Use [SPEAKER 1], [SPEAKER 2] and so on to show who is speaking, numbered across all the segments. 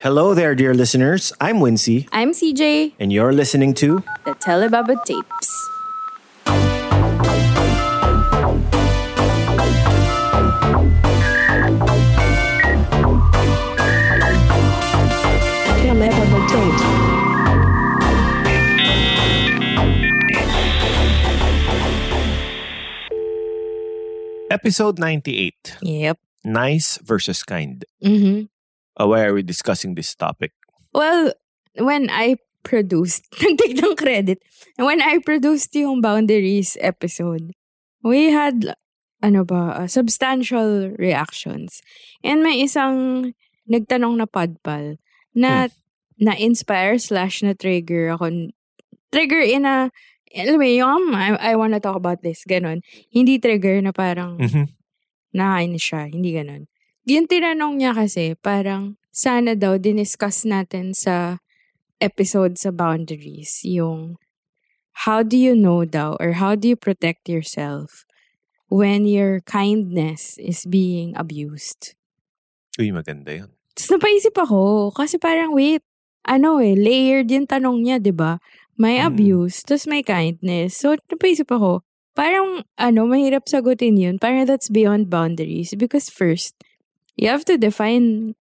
[SPEAKER 1] Hello there, dear listeners. I'm Wincy,
[SPEAKER 2] I'm CJ,
[SPEAKER 1] and you're listening to
[SPEAKER 2] the Telebaba Tapes.
[SPEAKER 1] Episode 98
[SPEAKER 2] Yep.
[SPEAKER 1] Nice versus Kind.
[SPEAKER 2] Mm-hmm.
[SPEAKER 1] Uh, why are we discussing this topic?
[SPEAKER 2] Well, when I produced, nag-take ng credit, when I produced yung Boundaries episode, we had, ano ba, uh, substantial reactions. And may isang nagtanong na padpal na na-inspire slash na-trigger ako. n- Trigger in a, alam mo, yung um, I, I wanna talk about this, ganon. Hindi trigger na parang, nakainis siya. Hindi ganun. Yung tinanong niya kasi, parang sana daw diniscuss natin sa episode sa boundaries yung how do you know daw or how do you protect yourself when your kindness is being abused.
[SPEAKER 1] Uy, maganda yun.
[SPEAKER 2] Tapos napaisip ako, kasi parang wait, ano eh, layered yung tanong niya, di ba? May
[SPEAKER 1] Mm.
[SPEAKER 2] abuse, tapos may kindness. So, napaisip ako, parang ano, mahirap sagutin yun. Parang that's beyond boundaries. Because first, you have to define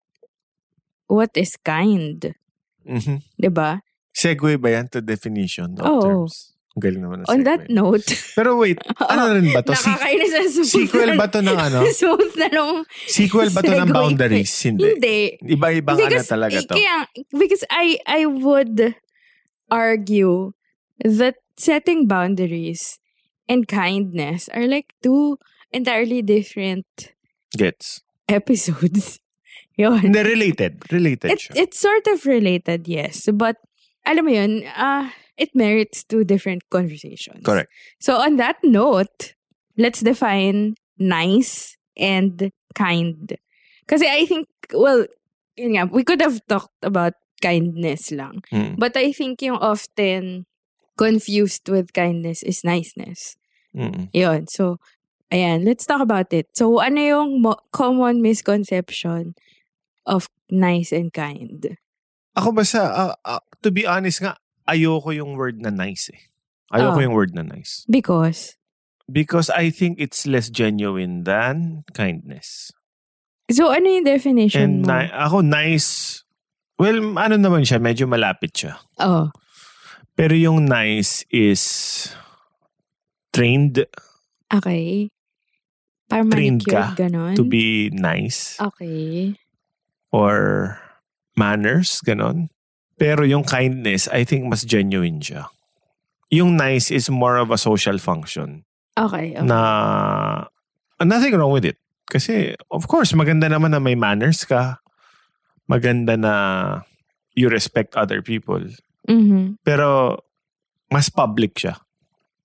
[SPEAKER 2] what is kind.
[SPEAKER 1] Mhm.
[SPEAKER 2] Di ba?
[SPEAKER 1] Segue ba yan to definition of
[SPEAKER 2] Oo.
[SPEAKER 1] terms? Ang galing naman na
[SPEAKER 2] Oh. On
[SPEAKER 1] segue.
[SPEAKER 2] that note,
[SPEAKER 1] Pero wait, ano rin ba to? Se-
[SPEAKER 2] nakakainis na smooth
[SPEAKER 1] sequel
[SPEAKER 2] na-
[SPEAKER 1] ba to ng ano?
[SPEAKER 2] smooth na nung,
[SPEAKER 1] sequel ba to ng
[SPEAKER 2] Segue.
[SPEAKER 1] boundaries? Hindi.
[SPEAKER 2] hindi.
[SPEAKER 1] Iba-ibang ano talaga
[SPEAKER 2] eh,
[SPEAKER 1] to.
[SPEAKER 2] kaya- because I, I would argue that setting boundaries and kindness are like two entirely different
[SPEAKER 1] Gets.
[SPEAKER 2] episodes. Yun.
[SPEAKER 1] Hindi, related. Related
[SPEAKER 2] It,
[SPEAKER 1] siya.
[SPEAKER 2] it's sort of related, yes. But, alam mo yun, uh, it merits two different conversations.
[SPEAKER 1] Correct.
[SPEAKER 2] So on that note, let's define nice and kind. Kasi I think, well, yun nga, we could have talked about kindness lang.
[SPEAKER 1] Mm.
[SPEAKER 2] But I think yung often confused with kindness is niceness.
[SPEAKER 1] Mm-mm.
[SPEAKER 2] Yun. So, ayan, let's talk about it. So, ano yung mo- common misconception of nice and kind?
[SPEAKER 1] Ako basta, ah, ah, to be honest nga, ayoko yung word na nice eh. Ayoko
[SPEAKER 2] Oh.
[SPEAKER 1] yung word na nice.
[SPEAKER 2] Because,
[SPEAKER 1] Because I think it's less genuine than kindness.
[SPEAKER 2] so ano yung definition
[SPEAKER 1] And
[SPEAKER 2] mo?
[SPEAKER 1] ni- ako, nice, well, ano naman siya, medyo malapit siya.
[SPEAKER 2] oh,
[SPEAKER 1] Pero yung nice is trained
[SPEAKER 2] okay. Para
[SPEAKER 1] Trained
[SPEAKER 2] manicured,
[SPEAKER 1] ka
[SPEAKER 2] ganon?
[SPEAKER 1] to be nice
[SPEAKER 2] Ah. Okay.
[SPEAKER 1] or manners, ganon. Pero yung kindness, I think mas genuine siya. Yung nice is more of a social function.
[SPEAKER 2] Okay. okay.
[SPEAKER 1] na uh, nothing wrong with it. Kasi, of course, maganda naman na may manners ka. Maganda na you respect other people.
[SPEAKER 2] Mhm.
[SPEAKER 1] Pero, mas public siya.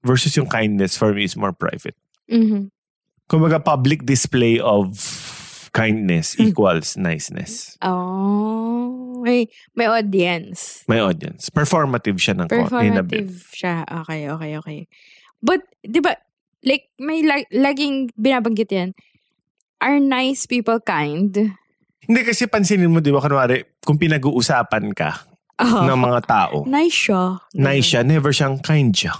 [SPEAKER 1] Versus yung kindness, for me, is more private.
[SPEAKER 2] Mhm.
[SPEAKER 1] Kumbaga, public display of kindness
[SPEAKER 2] Hmm.
[SPEAKER 1] equals niceness.
[SPEAKER 2] Oh. May, may audience.
[SPEAKER 1] May audience. Performative siya ng ko- in a bit.
[SPEAKER 2] Performative siya. Okay, okay, okay. But, di ba, like, may lag- laging binabanggit yan. Are nice people kind?
[SPEAKER 1] Hindi kasi pansinin mo, di ba, kunwari, kung pinag-uusapan ka
[SPEAKER 2] Oh.
[SPEAKER 1] ng mga tao,
[SPEAKER 2] Nice siya.
[SPEAKER 1] nice siya, never siyang kind siya.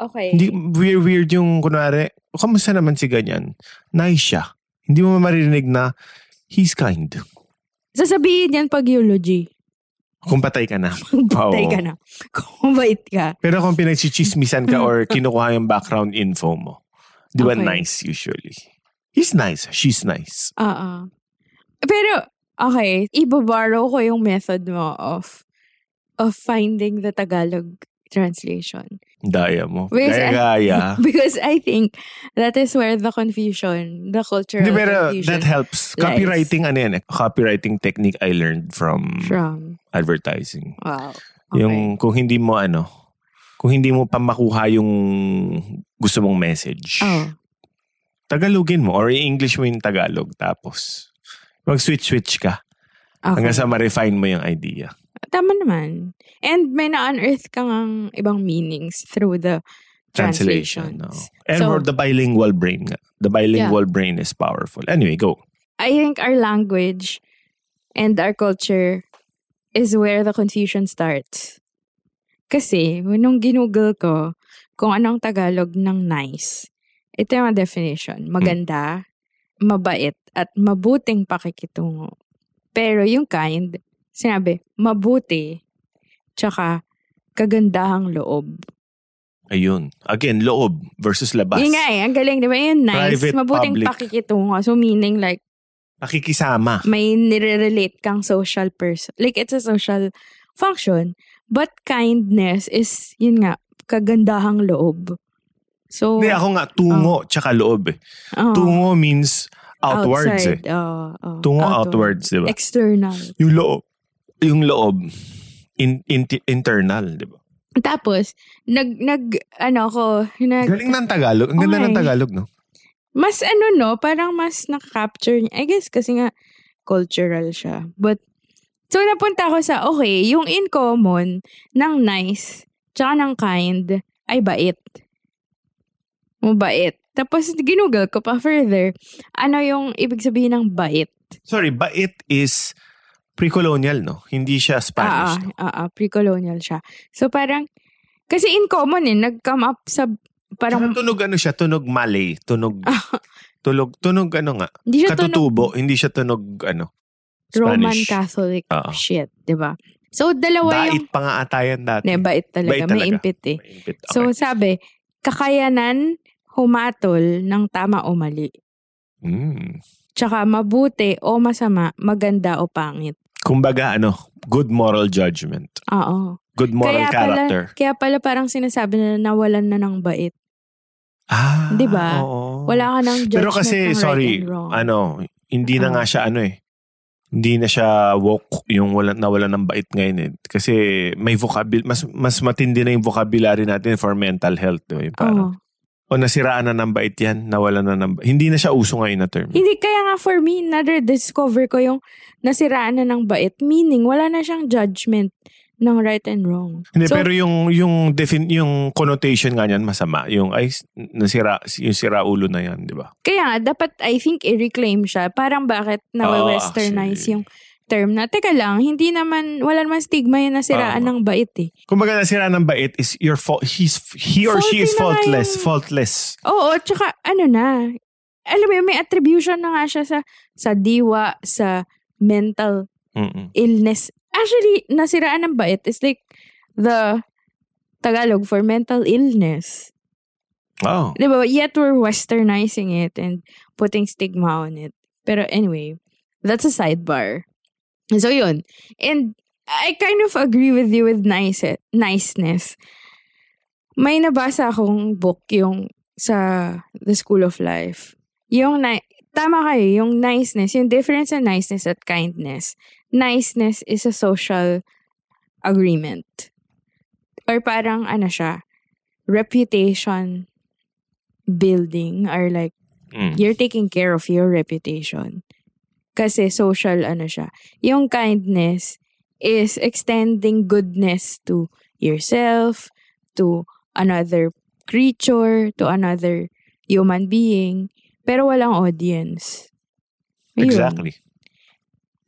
[SPEAKER 2] Okay.
[SPEAKER 1] Hindi, weird, weird yung kunwari, "Oh, kamusta naman si ganyan? Nice siya. Hindi mo maririnig na, he's kind.
[SPEAKER 2] Sasabihin yan pag eulogy.
[SPEAKER 1] Kung patay ka na.
[SPEAKER 2] Patay
[SPEAKER 1] Oo.
[SPEAKER 2] ka na. Kung mabait ka.
[SPEAKER 1] Pero kung pinagchichismisan ka or kinukuha yung background info mo, di ba
[SPEAKER 2] Okay.
[SPEAKER 1] nice usually? He's nice. She's nice.
[SPEAKER 2] Oo. Pero, okay, ibabarrow ko yung method mo of of finding the Tagalog translation.
[SPEAKER 1] Daya mo.
[SPEAKER 2] Because I-
[SPEAKER 1] Gaya-gaya.
[SPEAKER 2] Because I think that is where the confusion, the cultural
[SPEAKER 1] Hindi, pero
[SPEAKER 2] confusion
[SPEAKER 1] that helps.
[SPEAKER 2] lies.
[SPEAKER 1] Copywriting, ano yan eh, Copywriting technique I learned from
[SPEAKER 2] from.
[SPEAKER 1] advertising.
[SPEAKER 2] Wow. Okay.
[SPEAKER 1] Yung kung hindi mo ano, kung hindi mo pa makuha yung gusto mong message.
[SPEAKER 2] Oh.
[SPEAKER 1] Tagalogin mo or i-English mo yung Tagalog tapos mag-switch-switch ka
[SPEAKER 2] Okay.
[SPEAKER 1] hanggang sa ma-refine mo yung idea.
[SPEAKER 2] Tama naman. And may na-unearth ka ngang ibang meanings through the
[SPEAKER 1] Translation.
[SPEAKER 2] translations.
[SPEAKER 1] no. And for the bilingual brain nga. The bilingual brain is powerful. Anyway, go.
[SPEAKER 2] I think our language and our culture is where the confusion starts. Kasi, nung ginugol ko kung anong Tagalog ng nice, ito yung mga
[SPEAKER 1] Hmm.
[SPEAKER 2] definition. Maganda, mabait, at mabuting pakikitungo. Pero yung kind, sinabi, mabuti, tsaka kagandahang loob.
[SPEAKER 1] Ayun. Again, loob versus labas.
[SPEAKER 2] Yun nga eh, ang galing, di ba? Yun, nice,
[SPEAKER 1] Private,
[SPEAKER 2] mabuting
[SPEAKER 1] public.
[SPEAKER 2] pakikitungo. So meaning like,
[SPEAKER 1] Pakikisama.
[SPEAKER 2] may nire-relate kang social person. Like, it's a social function. But kindness is, yun nga, kagandahang loob. So,
[SPEAKER 1] Hindi, ako nga, tungo tsaka loob. eh.
[SPEAKER 2] oh,
[SPEAKER 1] Tungo means outwards
[SPEAKER 2] outside.
[SPEAKER 1] eh.
[SPEAKER 2] Oh, oh,
[SPEAKER 1] Tungo outwards, di ba?
[SPEAKER 2] External.
[SPEAKER 1] Yung loob. Yung loob. In, in- internal, di ba?
[SPEAKER 2] Tapos, nag, nag, ano ko, nag,
[SPEAKER 1] Galing ng Tagalog. Ang ganda ng
[SPEAKER 2] Okay.
[SPEAKER 1] Tagalog, no?
[SPEAKER 2] mas ano no, parang mas nakaka-capture niya. I guess kasi nga cultural siya. But so napunta ako sa okay, yung in common ng nice tsaka ng kind ay bait. Mabait. Tapos ginugol ko pa further, ano yung ibig sabihin ng bait?
[SPEAKER 1] Sorry, bait is pre-colonial, no? Hindi siya
[SPEAKER 2] Ah,
[SPEAKER 1] Spanish. no?
[SPEAKER 2] ah, ah, pre-colonial siya. So parang kasi in common eh, nag-come up sa
[SPEAKER 1] Parang
[SPEAKER 2] parang
[SPEAKER 1] tunog ano siya, tunog Malay, tunog tunog tunog ano nga,
[SPEAKER 2] hindi siya tunog-
[SPEAKER 1] katutubo, hindi siya tunog ano.
[SPEAKER 2] Roman
[SPEAKER 1] Spanish.
[SPEAKER 2] Catholic
[SPEAKER 1] Oo.
[SPEAKER 2] shit, 'di ba? So dalawa yung
[SPEAKER 1] Bait pa nga atayan dati.
[SPEAKER 2] Ne, bait talaga.
[SPEAKER 1] Mm. Bait
[SPEAKER 2] May
[SPEAKER 1] talaga.
[SPEAKER 2] impit eh.
[SPEAKER 1] Maimpit. Okay.
[SPEAKER 2] So sabi, kakayanan humatol ng tama o mali.
[SPEAKER 1] Mm.
[SPEAKER 2] Tsaka mabuti o masama, maganda o pangit.
[SPEAKER 1] Kumbaga ano, good moral judgment,
[SPEAKER 2] Oo.
[SPEAKER 1] good moral
[SPEAKER 2] kaya
[SPEAKER 1] character.
[SPEAKER 2] Pala, kaya pala parang sinasabi na nawalan na ng bait.
[SPEAKER 1] ah,
[SPEAKER 2] Di ba?
[SPEAKER 1] oo.
[SPEAKER 2] Wala ka ng judgment
[SPEAKER 1] Pero kasi
[SPEAKER 2] ng right
[SPEAKER 1] sorry,
[SPEAKER 2] and wrong. Ah.
[SPEAKER 1] ano, hindi na
[SPEAKER 2] Oo.
[SPEAKER 1] nga siya ano eh. Hindi na siya woke yung wala nawala ng bait ngayon eh. Kasi may vocabil mas mas matindi na yung vocabulary natin for mental health, di ba? Yung parang,
[SPEAKER 2] Oo.
[SPEAKER 1] O nasiraan na ng bait yan, nawala na ng bait. Hindi na siya uso ngayon na term.
[SPEAKER 2] Hindi, kaya nga for me, na-discover ko yung nasiraan na ng bait. Meaning, wala na siyang judgment ng right and wrong.
[SPEAKER 1] Hindi,
[SPEAKER 2] So,
[SPEAKER 1] pero yung yung defin, yung connotation nga niyan masama. Yung ay s- nasira yung sira ulo na yan, di ba?
[SPEAKER 2] Kaya nga, dapat I think i-reclaim siya. Parang bakit nawe-westernize
[SPEAKER 1] actually.
[SPEAKER 2] yung term na, teka lang, hindi naman, wala naman stigma yung nasiraan
[SPEAKER 1] Tama.
[SPEAKER 2] ng bait eh.
[SPEAKER 1] Kumbaga nasira ng bait is your fault he's he or she
[SPEAKER 2] Faulty
[SPEAKER 1] is
[SPEAKER 2] na nga
[SPEAKER 1] faultless,
[SPEAKER 2] yung-
[SPEAKER 1] faultless.
[SPEAKER 2] Oo, tsaka ano na, alam mo yun, may attribution na nga siya sa, sa diwa, sa mental
[SPEAKER 1] Mm-mm.
[SPEAKER 2] illness. Actually, nasiraan ng bait is like the Tagalog for mental illness.
[SPEAKER 1] Oh.
[SPEAKER 2] Di ba? Yet we're westernizing it and putting stigma on it. Pero anyway, that's a sidebar. So yun. And I kind of agree with you with nice niceness. May nabasa akong book yung sa The School of Life. Yung ni- tama kayo, yung niceness, yung difference sa niceness at kindness. Niceness is a social agreement. Or parang ano siya, reputation building or like
[SPEAKER 1] Mm.
[SPEAKER 2] you're taking care of your reputation. Kasi social ano siya. Yung kindness is extending goodness to yourself, to another creature, to another human being, pero walang audience. Yun.
[SPEAKER 1] Exactly.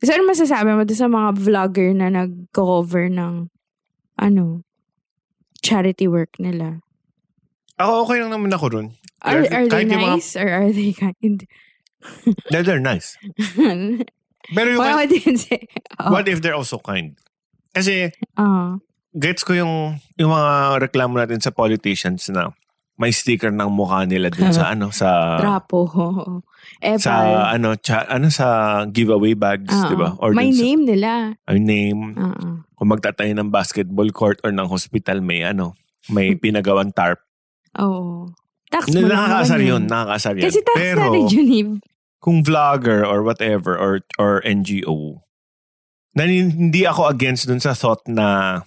[SPEAKER 2] So, ano masasabi mo doon sa mga vlogger na nag-cover ng ano, charity work nila?
[SPEAKER 1] Ako okay lang naman ako dun.
[SPEAKER 2] Are, are they
[SPEAKER 1] Kahit yung mga-
[SPEAKER 2] nice or are they kind?
[SPEAKER 1] They're, they're nice. Pero yung, ano?
[SPEAKER 2] Wala ko din si... Oh, Oo.
[SPEAKER 1] what if they're also kind? Kasi
[SPEAKER 2] Oo.
[SPEAKER 1] gets ko yung yung mga reklamo natin sa politicians na may sticker ng mukha nila dun sa ano sa
[SPEAKER 2] Trapo. Oh, Ever.
[SPEAKER 1] sa ano cha, ano sa giveaway bags,
[SPEAKER 2] Oo.
[SPEAKER 1] 'di ba? Or
[SPEAKER 2] Ah, May
[SPEAKER 1] dun sa,
[SPEAKER 2] name Ah. nila.
[SPEAKER 1] or name.
[SPEAKER 2] Oo.
[SPEAKER 1] Kung magtatayo ng basketball court or ng hospital may ano, may pinagawang tarp.
[SPEAKER 2] Oo. Tax mo lang
[SPEAKER 1] Nakakasar
[SPEAKER 2] naman
[SPEAKER 1] yun, nakakasar yun.
[SPEAKER 2] Kasi tax
[SPEAKER 1] Pero
[SPEAKER 2] na rin yun, Eve.
[SPEAKER 1] kung vlogger or whatever or or NGO, nanin, hindi ako against dun sa thought na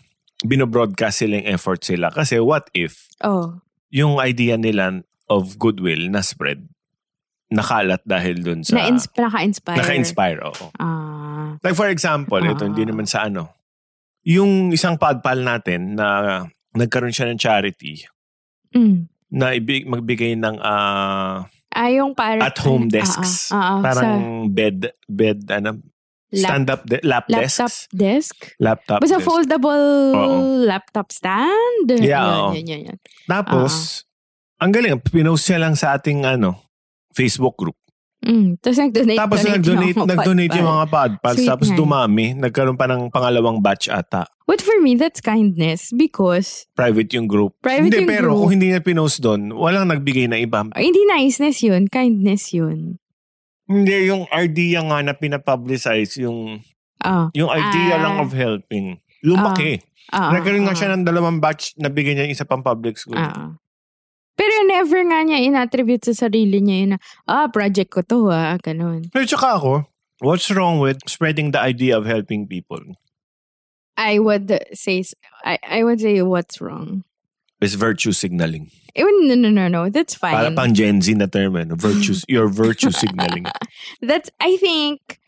[SPEAKER 1] binobroadcast sila yung effort sila. Kasi what if
[SPEAKER 2] Oh.
[SPEAKER 1] yung idea nila of goodwill na spread, nakalat dahil dun sa...
[SPEAKER 2] Na-ins- naka-inspire.
[SPEAKER 1] Naka-inspire, oo.
[SPEAKER 2] Ah.
[SPEAKER 1] Like for example, ito
[SPEAKER 2] Ah.
[SPEAKER 1] hindi naman sa ano. Yung isang podpal natin na nagkaroon siya ng charity
[SPEAKER 2] mm.
[SPEAKER 1] na ibig, magbigay ng ah,
[SPEAKER 2] Ah, yung parang...
[SPEAKER 1] at-home desks.
[SPEAKER 2] Ah, ah, ah,
[SPEAKER 1] Parang
[SPEAKER 2] sa
[SPEAKER 1] bed, bed, ano,
[SPEAKER 2] lap-
[SPEAKER 1] stand-up, de- lap,
[SPEAKER 2] laptop
[SPEAKER 1] desks.
[SPEAKER 2] desk.
[SPEAKER 1] Laptop
[SPEAKER 2] Basta
[SPEAKER 1] desk.
[SPEAKER 2] foldable
[SPEAKER 1] Oo.
[SPEAKER 2] laptop stand.
[SPEAKER 1] Yeah,
[SPEAKER 2] Yun,
[SPEAKER 1] oo.
[SPEAKER 2] yun, yun, yun.
[SPEAKER 1] Tapos,
[SPEAKER 2] Ah.
[SPEAKER 1] ang galing, pinost niya lang sa ating ano, Facebook group.
[SPEAKER 2] Mm. Tapos nag-donate.
[SPEAKER 1] Tapos
[SPEAKER 2] donate
[SPEAKER 1] nag-donate,
[SPEAKER 2] yung mga
[SPEAKER 1] nag-donate yung
[SPEAKER 2] pal-pal.
[SPEAKER 1] mga podpals.
[SPEAKER 2] Sweet
[SPEAKER 1] Tapos
[SPEAKER 2] nga.
[SPEAKER 1] dumami. Nagkaroon pa ng pangalawang batch ata.
[SPEAKER 2] But for me, that's kindness because
[SPEAKER 1] Private yung group.
[SPEAKER 2] Private
[SPEAKER 1] hindi,
[SPEAKER 2] yung
[SPEAKER 1] pero
[SPEAKER 2] group.
[SPEAKER 1] kung hindi niya pinost doon, walang nagbigay na iba.
[SPEAKER 2] ay, hindi niceness yun, kindness yun.
[SPEAKER 1] Hindi, yung idea nga na pinapublicize, yung,
[SPEAKER 2] Ah,
[SPEAKER 1] yung idea
[SPEAKER 2] Ah.
[SPEAKER 1] lang of helping, lumaki.
[SPEAKER 2] ah,
[SPEAKER 1] Nagkaroon nga
[SPEAKER 2] ah,
[SPEAKER 1] siya ng dalawang batch na bigyan niya yung isa pang public school.
[SPEAKER 2] ah. Pero never nga niya inattribute sa sarili niya yun na, ah, project ko to ah, ganun.
[SPEAKER 1] Pero tsaka ako, what's wrong with spreading the idea of helping people?
[SPEAKER 2] I would say, s- I, I would say what's wrong.
[SPEAKER 1] It's virtue signaling.
[SPEAKER 2] Eh, no, no, no, no, that's fine.
[SPEAKER 1] Para pang Gen Z na term, eh, no? virtue, your virtue signaling.
[SPEAKER 2] that's I think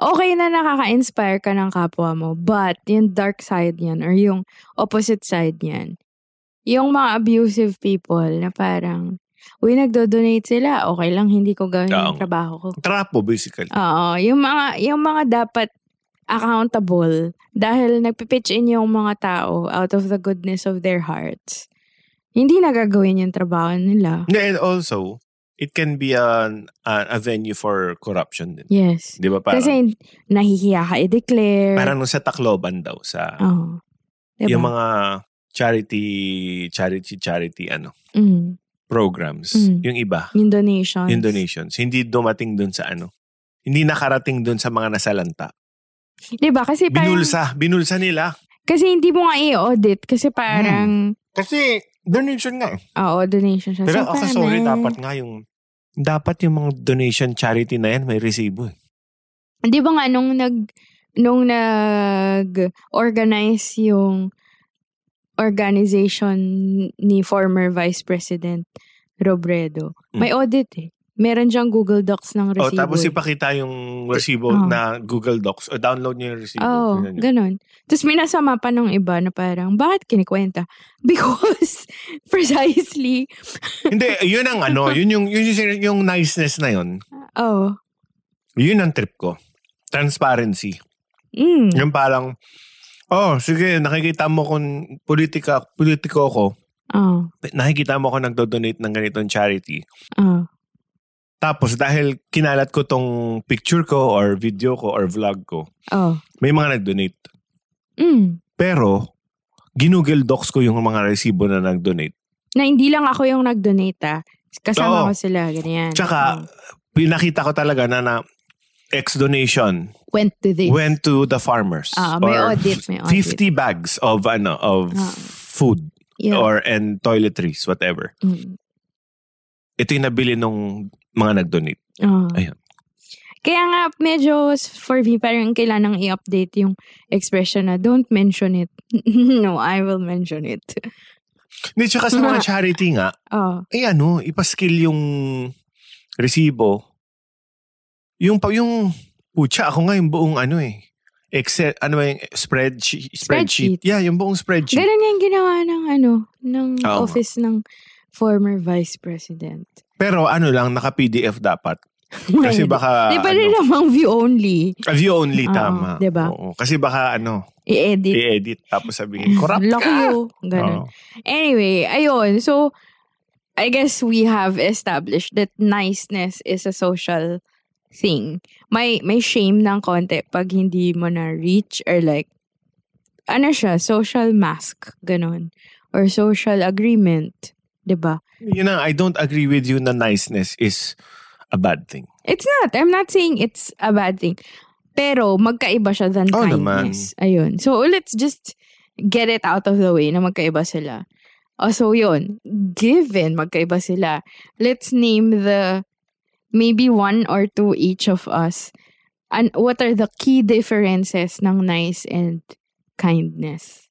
[SPEAKER 2] okay na nakaka-inspire ka ng kapwa mo, but yung dark side niyan or yung opposite side niyan, yung mga abusive people na parang, uy, nagdo-donate sila, okay lang, hindi ko gawin
[SPEAKER 1] Oo.
[SPEAKER 2] yung trabaho ko.
[SPEAKER 1] Trapo, basically.
[SPEAKER 2] Oo, yung mga, yung mga dapat accountable dahil nagpipitch in yung mga tao out of the goodness of their hearts. Hindi nagagawin yung trabaho nila.
[SPEAKER 1] And also, it can be an, a, a venue for corruption din.
[SPEAKER 2] Yes.
[SPEAKER 1] Di ba? Parang,
[SPEAKER 2] Kasi nahihiya ka i-declare.
[SPEAKER 1] parang nung sa Tacloban daw, sa
[SPEAKER 2] Oo. Diba?
[SPEAKER 1] yung mga charity, charity, charity, ano,
[SPEAKER 2] Mm.
[SPEAKER 1] programs.
[SPEAKER 2] Mm.
[SPEAKER 1] Yung iba,
[SPEAKER 2] Yung donations.
[SPEAKER 1] yung donations. Hindi dumating dun sa ano. Hindi nakarating dun sa mga nasalanta.
[SPEAKER 2] Diba? Kasi parang,
[SPEAKER 1] Binulsa. Binulsa nila.
[SPEAKER 2] kasi hindi mo nga i-audit. Kasi parang,
[SPEAKER 1] Kasi, donation nga. eh.
[SPEAKER 2] oo, donation siya.
[SPEAKER 1] Pero ako,
[SPEAKER 2] So, parang,
[SPEAKER 1] sorry, dapat nga yung dapat yung mga donation charity na yan may resibo eh.
[SPEAKER 2] Di ba nga, nung nag, nung nag-organize yung organization ni former Vice President Robredo,
[SPEAKER 1] Mm.
[SPEAKER 2] may audit eh. Meron siyang Google Docs ng
[SPEAKER 1] O
[SPEAKER 2] resibo.
[SPEAKER 1] Oh, tapos
[SPEAKER 2] eh.
[SPEAKER 1] ipakita yung resibo
[SPEAKER 2] Oh.
[SPEAKER 1] na Google Docs o download niyo yung resibo.
[SPEAKER 2] Oo,
[SPEAKER 1] Ganyan yun.
[SPEAKER 2] Oh, ganun. Tapos minasama pa ng iba na parang, bakit kinikwenta? Because, precisely,
[SPEAKER 1] Hindi, yun ang ano, yun yung, yun yung, yung niceness na yun.
[SPEAKER 2] oh,
[SPEAKER 1] Yun ang trip ko. Transparency.
[SPEAKER 2] mm,
[SPEAKER 1] Yung parang, oh, sige, nakikita mo kung politika, politiko ko,
[SPEAKER 2] oh,
[SPEAKER 1] nakikita mo ako nagdo-donate ng ganitong charity.
[SPEAKER 2] oh,
[SPEAKER 1] Tapos dahil kinalat ko tong picture ko or video ko or vlog ko,
[SPEAKER 2] oh,
[SPEAKER 1] may mga nag-donate.
[SPEAKER 2] mm.
[SPEAKER 1] Pero, ginugel docs ko yung mga resibo na nag-donate.
[SPEAKER 2] Na hindi lang ako yung nag-donate ah. Kasama
[SPEAKER 1] Oo.
[SPEAKER 2] ko sila, ganyan.
[SPEAKER 1] Tsaka,
[SPEAKER 2] Oh.
[SPEAKER 1] pinakita ko talaga na na ex donation
[SPEAKER 2] went to this.
[SPEAKER 1] went to the farmers.
[SPEAKER 2] Ah, may
[SPEAKER 1] Or
[SPEAKER 2] audit, may audit.
[SPEAKER 1] 50 bags of ano of
[SPEAKER 2] Ah.
[SPEAKER 1] food
[SPEAKER 2] Yeah.
[SPEAKER 1] or and toiletries, whatever.
[SPEAKER 2] Mm.
[SPEAKER 1] Ito yung nabili nung mga nag-donate.
[SPEAKER 2] Oh.
[SPEAKER 1] Ayun.
[SPEAKER 2] Kaya nga, medyo s- for me, parang kailanang i-update yung expression na don't mention it. no, I will mention it.
[SPEAKER 1] Hindi, tsaka sa mga charity nga,
[SPEAKER 2] Oh,
[SPEAKER 1] eh ano, ipaskill yung resibo. Yung, pa- yung, pucha, ako nga yung buong ano eh. Excel, ano ba yung spreadsheet? Spreadsheet.
[SPEAKER 2] Spreadsheet.
[SPEAKER 1] Yeah, yung buong spreadsheet.
[SPEAKER 2] ganun nga yung ginawa ng ano, ng
[SPEAKER 1] Oo.
[SPEAKER 2] office ng former vice president.
[SPEAKER 1] Pero ano lang, naka-PDF dapat. Kasi baka,
[SPEAKER 2] Di ba rin
[SPEAKER 1] ano,
[SPEAKER 2] namang view only?
[SPEAKER 1] view only,
[SPEAKER 2] Oo,
[SPEAKER 1] tama.
[SPEAKER 2] diba?
[SPEAKER 1] Oo, kasi baka ano,
[SPEAKER 2] I-edit.
[SPEAKER 1] i-edit tapos sabihin, corrupt
[SPEAKER 2] Lucky
[SPEAKER 1] ka.
[SPEAKER 2] you.
[SPEAKER 1] Oo.
[SPEAKER 2] Ganun. Anyway, ayun. So, I guess we have established that niceness is a social thing. May may shame ng konti pag hindi mo na reach or like ano siya, social mask ganun or social agreement, 'di ba?
[SPEAKER 1] Yun na, I don't agree with you na niceness is a bad thing.
[SPEAKER 2] It's not. I'm not saying it's a bad thing. Pero magkaiba siya than
[SPEAKER 1] Oo naman.
[SPEAKER 2] kindness. Ayun. So let's just get it out of the way na magkaiba sila. Oh, so yun. Given magkaiba sila, let's name the maybe one or two each of us. And what are the key differences ng nice and kindness?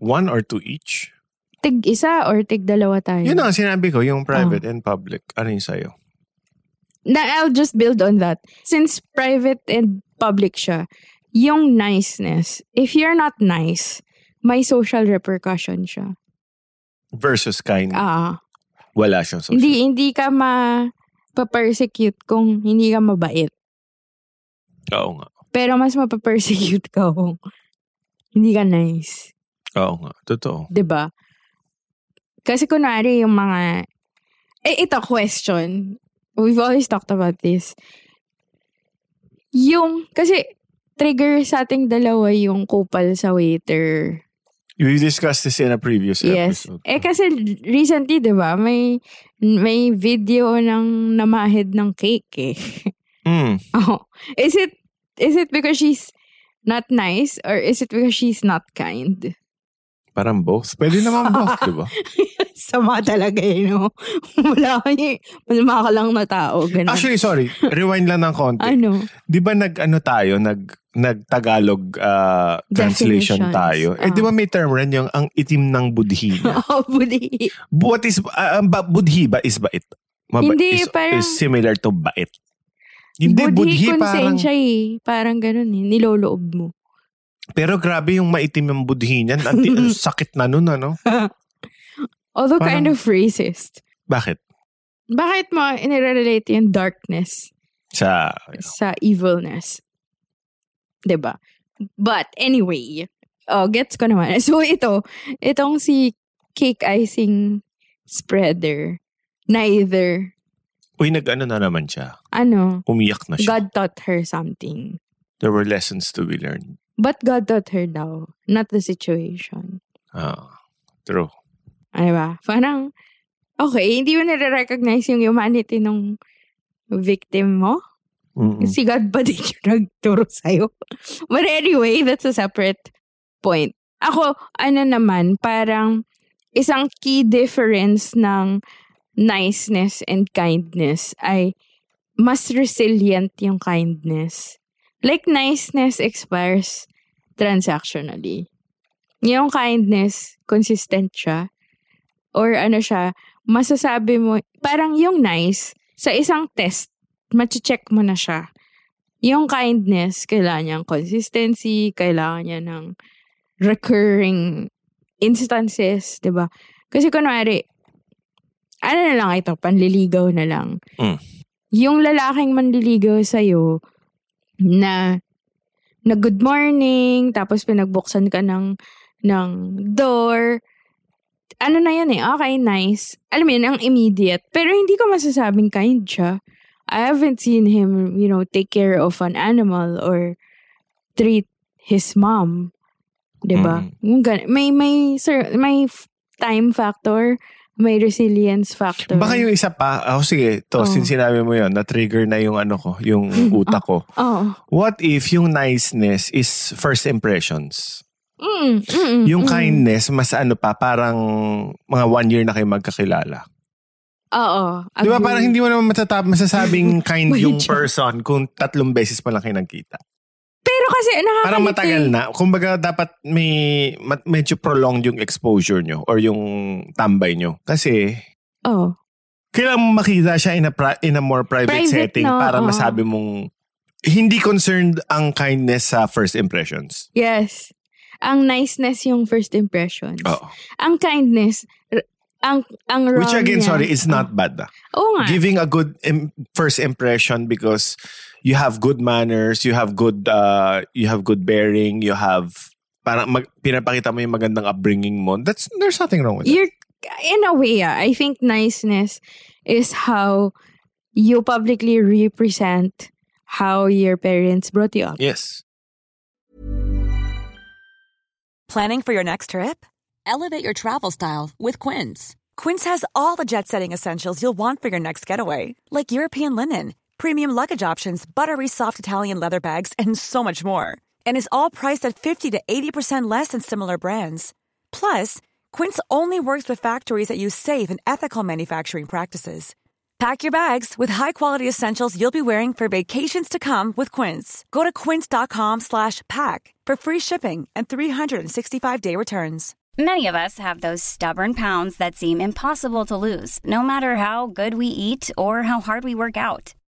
[SPEAKER 1] One or two each?
[SPEAKER 2] Tig isa or tig dalawa tayo?
[SPEAKER 1] Yun ang sinabi ko, yung
[SPEAKER 2] Ah.
[SPEAKER 1] private and public. Ano yung sa'yo?
[SPEAKER 2] Na, I'll just build on that. Since private and public siya, yung niceness, if you're not nice, may social repercussion siya.
[SPEAKER 1] Versus kind.
[SPEAKER 2] Ah,
[SPEAKER 1] Wala siyang Hmm. social.
[SPEAKER 2] hindi hindi ka ma persecute kung hindi ka mabait.
[SPEAKER 1] Oo nga.
[SPEAKER 2] Pero mas mapapersecute ka kung hindi ka nice.
[SPEAKER 1] Oo nga. Totoo.
[SPEAKER 2] 'Di ba? Diba? Kasi kunwari yung mga... Eh, ito, question. We've always talked about this. Yung, kasi trigger sa ating dalawa yung kupal sa waiter.
[SPEAKER 1] We discussed this in a previous
[SPEAKER 2] Yes.
[SPEAKER 1] episode.
[SPEAKER 2] Eh kasi recently, di ba, may, may video ng namahid ng cake eh.
[SPEAKER 1] Mm.
[SPEAKER 2] Oh. Is it, is it because she's not nice or is it because she's not kind?
[SPEAKER 1] Parang both. Pwede naman both, di ba?
[SPEAKER 2] Sama talaga eh, no? Wala ka niya. Masama ka lang na tao. Ganun.
[SPEAKER 1] Actually, sorry. Rewind lang ng konti.
[SPEAKER 2] ano?
[SPEAKER 1] Di ba nag-ano tayo, nag nagtagalog ah,
[SPEAKER 2] Definitions.
[SPEAKER 1] translation tayo. Eh
[SPEAKER 2] Ah.
[SPEAKER 1] di ba may term rin yung ang itim ng budhi niya?
[SPEAKER 2] Oh, budhi.
[SPEAKER 1] What is ah, ang ba, budhi ba is bait? Maba- is,
[SPEAKER 2] Hindi, parang-
[SPEAKER 1] is similar to bait. Hindi budhi, parang
[SPEAKER 2] konsensya eh. Parang ganun eh. Niloloob mo.
[SPEAKER 1] pero grabe yung maitim yung budhi niyan. Ang ti- ang sakit na nun ano?
[SPEAKER 2] Although kind
[SPEAKER 1] Parang-
[SPEAKER 2] of racist.
[SPEAKER 1] Bakit?
[SPEAKER 2] Bakit mo inirelate yung darkness
[SPEAKER 1] Sa
[SPEAKER 2] sa evilness? 'Di ba? But anyway, oh, gets ko naman. So ito, itong si cake icing spreader, neither,
[SPEAKER 1] uy nag-ano na naman siya.
[SPEAKER 2] ano,
[SPEAKER 1] Umiyak na siya.
[SPEAKER 2] God taught her something.
[SPEAKER 1] There were lessons to be learned.
[SPEAKER 2] But God taught her daw, not the situation.
[SPEAKER 1] Ah, true.
[SPEAKER 2] Ano ba? Parang, okay, hindi mo nare-recognize yung humanity ng victim mo.
[SPEAKER 1] Mm-mm.
[SPEAKER 2] Si God ba din yung nagturo sa'yo? But anyway, that's a separate point. Ako, ano naman, parang isang key difference ng niceness and kindness ay mas resilient yung kindness. Like, niceness expires transactionally. Yung kindness, consistent siya. Or ano siya, masasabi mo, parang yung nice, sa isang test, check mo na siya. Yung kindness, kailangan niya ng consistency, kailangan niya ng recurring instances, 'di ba? Kasi kunwari, ano na lang ito, panliligaw na lang.
[SPEAKER 1] Mm.
[SPEAKER 2] Yung lalaking manliligaw sa'yo na na good morning, tapos pinagbuksan ka ng ng door, ano na yun eh, okay, nice. Alam mo yun, ang immediate. Pero hindi ko masasabing kind siya. I haven't seen him, you know, take care of an animal or treat his mom. 'Di ba? Yung gan- May, may, sir, may f- time factor, may resilience factor.
[SPEAKER 1] Baka yung isa pa, oh, sige, to,
[SPEAKER 2] Oh.
[SPEAKER 1] since sinabi mo yun, na-trigger na yung ano ko, yung utak ko.
[SPEAKER 2] Oh.
[SPEAKER 1] What if yung niceness is first impressions?
[SPEAKER 2] Mm, mm, mm,
[SPEAKER 1] Yung
[SPEAKER 2] mm.
[SPEAKER 1] kindness, mas ano pa, parang mga one year na kayo magkakilala.
[SPEAKER 2] Oo.
[SPEAKER 1] Di ba
[SPEAKER 2] agree.
[SPEAKER 1] parang hindi mo naman matatap, masasabing kind
[SPEAKER 2] Wait,
[SPEAKER 1] yung
[SPEAKER 2] John.
[SPEAKER 1] person kung tatlong beses pa lang kayo nagkita.
[SPEAKER 2] Pero kasi nakakalit
[SPEAKER 1] Parang matagal
[SPEAKER 2] eh.
[SPEAKER 1] na. Kumbaga dapat may mat, medyo prolonged yung exposure nyo or yung tambay nyo. Kasi
[SPEAKER 2] Oo.
[SPEAKER 1] kailangan mo makita siya in a, pri- in a more private,
[SPEAKER 2] Private,
[SPEAKER 1] setting
[SPEAKER 2] no?
[SPEAKER 1] para
[SPEAKER 2] Oo.
[SPEAKER 1] masabi mong hindi concerned ang kindness sa first impressions.
[SPEAKER 2] Yes. Ang niceness yung first impressions.
[SPEAKER 1] Oo.
[SPEAKER 2] Ang kindness, r- ang ang wrong
[SPEAKER 1] Which again,
[SPEAKER 2] niya. Oh,
[SPEAKER 1] sorry, is not bad. ah.
[SPEAKER 2] Oo nga.
[SPEAKER 1] Giving a good im- first impression because you have good manners, you have good uh, you have good bearing, you have parang mag, pinapakita mo yung magandang upbringing mo. That's there's nothing wrong with it.
[SPEAKER 2] You're in a way, ah, I think niceness is how you publicly represent how your parents brought you up.
[SPEAKER 1] Yes.
[SPEAKER 3] Planning for your next trip? Elevate your travel style with Quince. Quince has all the jet setting essentials you'll want for your next getaway, like European linen, premium luggage options, buttery soft Italian leather bags, and so much more. And is all priced at 50 to 80% less than similar brands. Plus, Quince only works with factories that use safe and ethical manufacturing practices. Pack your bags with high-quality essentials you'll be wearing for vacations to come with Quince. Go to quince.com slash pack for free shipping and 365-day returns.
[SPEAKER 4] Many of us have those stubborn pounds that seem impossible to lose, no matter how good we eat or how hard we work out.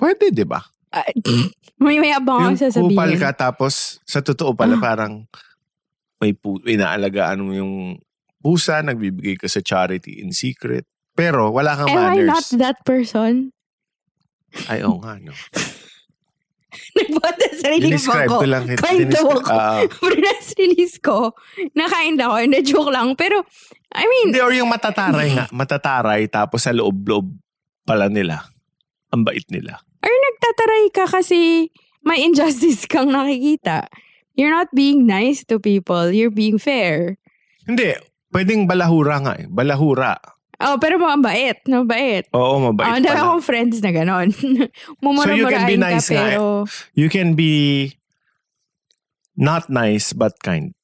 [SPEAKER 1] Pwede, di ba?
[SPEAKER 2] Ah, may may abang
[SPEAKER 1] yung
[SPEAKER 2] ako sasabihin. Ah.
[SPEAKER 1] kupal ka tapos sa totoo pala parang may pu- inaalagaan mo yung pusa, nagbibigay ka sa charity in secret. Pero wala kang
[SPEAKER 2] Am I
[SPEAKER 1] manners.
[SPEAKER 2] not that person?
[SPEAKER 1] Ay, oo nga, no.
[SPEAKER 2] Nagbota sa sarili ko
[SPEAKER 1] Dinescribe
[SPEAKER 2] ako.
[SPEAKER 1] ko lang.
[SPEAKER 2] Kind of
[SPEAKER 1] Dinescribe-
[SPEAKER 2] ako.
[SPEAKER 1] Ah.
[SPEAKER 2] Press release ko. Na kind ako. Na joke lang. Pero, I mean,
[SPEAKER 1] Hindi, or yung matataray nga. Matataray, tapos sa loob-loob pala nila. Ang bait nila.
[SPEAKER 2] or nagtataray ka kasi may injustice kang nakikita. You're not being nice to people. You're being fair.
[SPEAKER 1] Hindi, pwedeng balahura nga eh. Balahura.
[SPEAKER 2] Oh, pero mabait. Mabait.
[SPEAKER 1] Oo,
[SPEAKER 2] Oh,
[SPEAKER 1] mabait
[SPEAKER 2] ang dami
[SPEAKER 1] pala.
[SPEAKER 2] akong friends na ganon. Mumura-murahin
[SPEAKER 1] be nice
[SPEAKER 2] ka,
[SPEAKER 1] nga, eh.
[SPEAKER 2] pero...
[SPEAKER 1] You can be not nice but kind.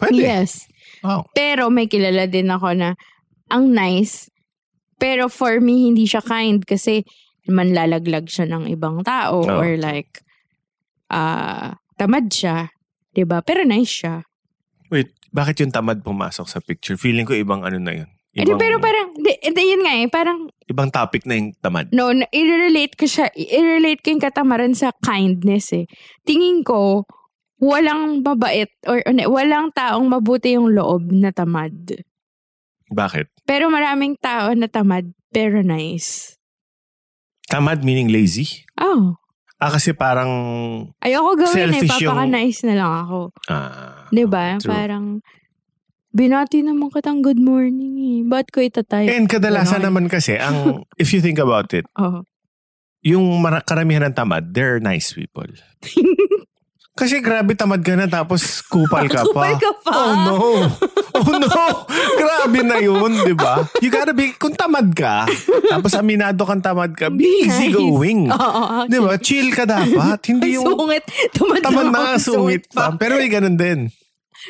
[SPEAKER 1] Pwede.
[SPEAKER 2] Yes.
[SPEAKER 1] Wow.
[SPEAKER 2] Pero may kilala din ako na ang nice. Pero for me, hindi siya kind kasi manlalaglag siya ng ibang tao
[SPEAKER 1] Oo.
[SPEAKER 2] or like ah tamad siya. 'Di ba Pero nice siya.
[SPEAKER 1] Wait, bakit yung tamad pumasok sa picture? Feeling ko ibang ano na yun.
[SPEAKER 2] Eh, di, pero parang, di, di, yun nga eh, parang,
[SPEAKER 1] ibang topic na yung tamad.
[SPEAKER 2] no, na- i-relate ko siya, i-relate ko yung katamaran sa kindness eh. Tingin ko, walang mabait or, or walang taong mabuti yung loob na tamad.
[SPEAKER 1] Bakit?
[SPEAKER 2] Pero maraming tao na tamad, pero nice.
[SPEAKER 1] Tamad meaning lazy?
[SPEAKER 2] Oh,
[SPEAKER 1] Ah, kasi parang...
[SPEAKER 2] ayoko gawin eh.
[SPEAKER 1] Selfish yung-
[SPEAKER 2] Papaka-nice na lang ako.
[SPEAKER 1] Ah,
[SPEAKER 2] 'Di ba
[SPEAKER 1] true.
[SPEAKER 2] Parang, binati naman kitang good morning eh. Ba't ko itatype?
[SPEAKER 1] And kadalasan
[SPEAKER 2] Ganon.
[SPEAKER 1] naman kasi, ang if you think about it,
[SPEAKER 2] Oh.
[SPEAKER 1] yung mara- karamihan ng tamad, they're nice people. Kasi grabe tamad ka na tapos kupal ka pa.
[SPEAKER 2] Kupal ka pa.
[SPEAKER 1] Oh no. Oh no. grabe na yun, di ba? You gotta be, kung tamad ka, tapos aminado kang tamad ka, be,
[SPEAKER 2] Be nice. Oh.
[SPEAKER 1] easy going.
[SPEAKER 2] Oo.
[SPEAKER 1] Di ba? Chill ka dapat. Hindi yung
[SPEAKER 2] sungit. Tumad
[SPEAKER 1] tamad
[SPEAKER 2] ako,
[SPEAKER 1] na nga sungit pa. Pero may ganun din.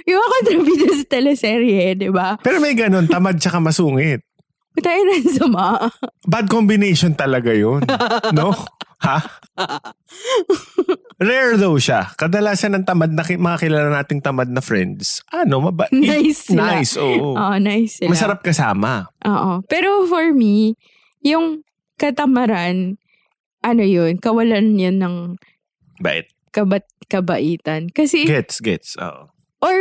[SPEAKER 2] Yung ako trabida sa teleserye, eh, di ba?
[SPEAKER 1] Pero may ganun, tamad tsaka masungit.
[SPEAKER 2] Tayo na sama.
[SPEAKER 1] Bad combination talaga yun. No? Ha? Rare though siya. Kadalasan ng tamad na ki- mga kilala nating tamad na friends. Ano, maba-
[SPEAKER 2] Nice sila.
[SPEAKER 1] Nice, oo.
[SPEAKER 2] Oo, nice sila.
[SPEAKER 1] Masarap kasama.
[SPEAKER 2] Oo. Pero for me, yung katamaran, ano yun, kawalan yun ng
[SPEAKER 1] Bait.
[SPEAKER 2] kabat kabaitan. Kasi,
[SPEAKER 1] Gets, gets. Oo.
[SPEAKER 2] or,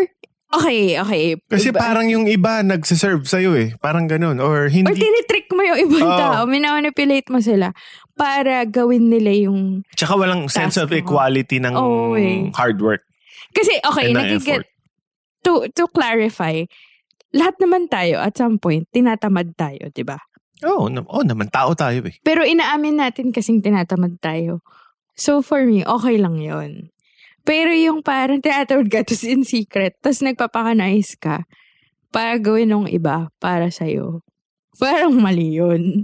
[SPEAKER 2] okay, okay.
[SPEAKER 1] Kasi
[SPEAKER 2] iba-
[SPEAKER 1] parang yung iba nagsiserve sa'yo eh. Parang ganun. Or
[SPEAKER 2] Or
[SPEAKER 1] hindi. Ah.
[SPEAKER 2] tinitrick mo yung ibang
[SPEAKER 1] Oo.
[SPEAKER 2] tao, minamanipulate mo sila para gawin nila yung...
[SPEAKER 1] Tsaka walang sense
[SPEAKER 2] Task
[SPEAKER 1] of
[SPEAKER 2] mo.
[SPEAKER 1] equality ng
[SPEAKER 2] Oo, eh.
[SPEAKER 1] hard work.
[SPEAKER 2] Kasi, okay,
[SPEAKER 1] And ng effort.
[SPEAKER 2] nagiget... To, to clarify, lahat naman tayo at some point, tinatamad tayo, di ba?
[SPEAKER 1] Oo, oh, oh, naman. Tao tayo eh.
[SPEAKER 2] Pero inaamin natin kasing tinatamad tayo. So for me, okay lang yon. Pero yung parang tinatamad ka, tapos in secret, tapos nagpapaka-nice ka para gawin ng iba para sa'yo. Parang mali yun.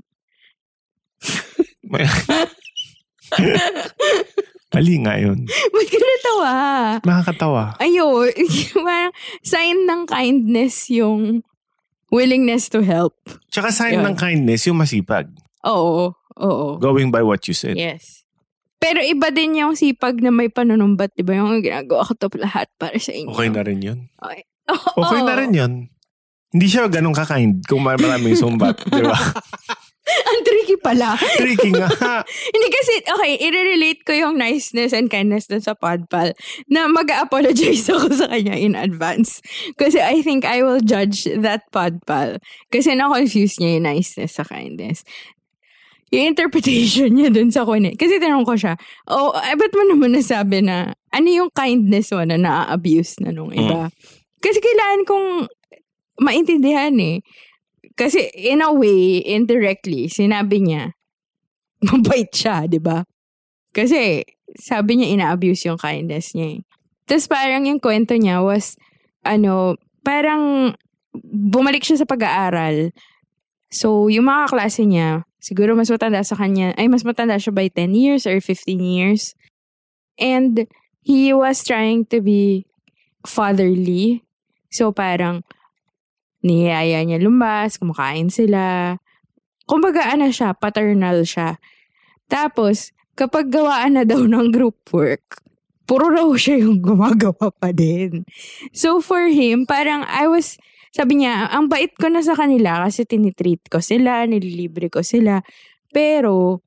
[SPEAKER 1] Mali nga yun.
[SPEAKER 2] Ba't ka natawa?
[SPEAKER 1] Nakakatawa.
[SPEAKER 2] Ayun, parang sign ng kindness yung willingness to help.
[SPEAKER 1] Tsaka sign
[SPEAKER 2] Yun.
[SPEAKER 1] ng kindness, yung masipag.
[SPEAKER 2] Oo, oo.
[SPEAKER 1] Going by what you said.
[SPEAKER 2] Yes. Pero iba din yung sipag na may panunumbat, di ba? Yung ginagawa ko to lahat para sa inyo.
[SPEAKER 1] Okay na rin yun.
[SPEAKER 2] Oo.
[SPEAKER 1] Okay na rin yun. Hindi siya ganun ka-kind kung mar- maraming sumbat, di ba?
[SPEAKER 2] Ang tricky pala.
[SPEAKER 1] Tricky nga.
[SPEAKER 2] Hindi kasi, okay, i-relate ko yung niceness and kindness dun sa podpal na mag apologize ako sa kanya in advance. Kasi I think I will judge that podpal. Kasi na-confuse niya yung niceness sa kindness. Yung interpretation niya dun sa kunin. Kasi tinanong ko siya, oh, ay, ba't mo naman nasabi na, ano yung kindness mo na na-abuse na nung iba? Kasi kailangan kong maintindihan eh. Kasi in a way, indirectly, sinabi niya, mabait siya, di ba? Kasi, sabi niya, ina-abuse yung kindness niya eh. Tapos parang yung kwento niya was, ano, parang bumalik siya sa pag-aaral. So, yung mga kaklase niya, siguro mas matanda sa kanya, ay mas matanda siya by 10 years or 15 years. And he was trying to be fatherly. So, parang niyaya niya lumbas, kumakain sila. Kumbaga, ano siya, paternal siya. Tapos, kapag gawaan na daw ng group work, puro raw siya yung gumagawa pa din. So, for him, parang I was, sabi niya, ang bait ko na sa kanila kasi tinitreat ko sila, nililibre ko sila. Pero,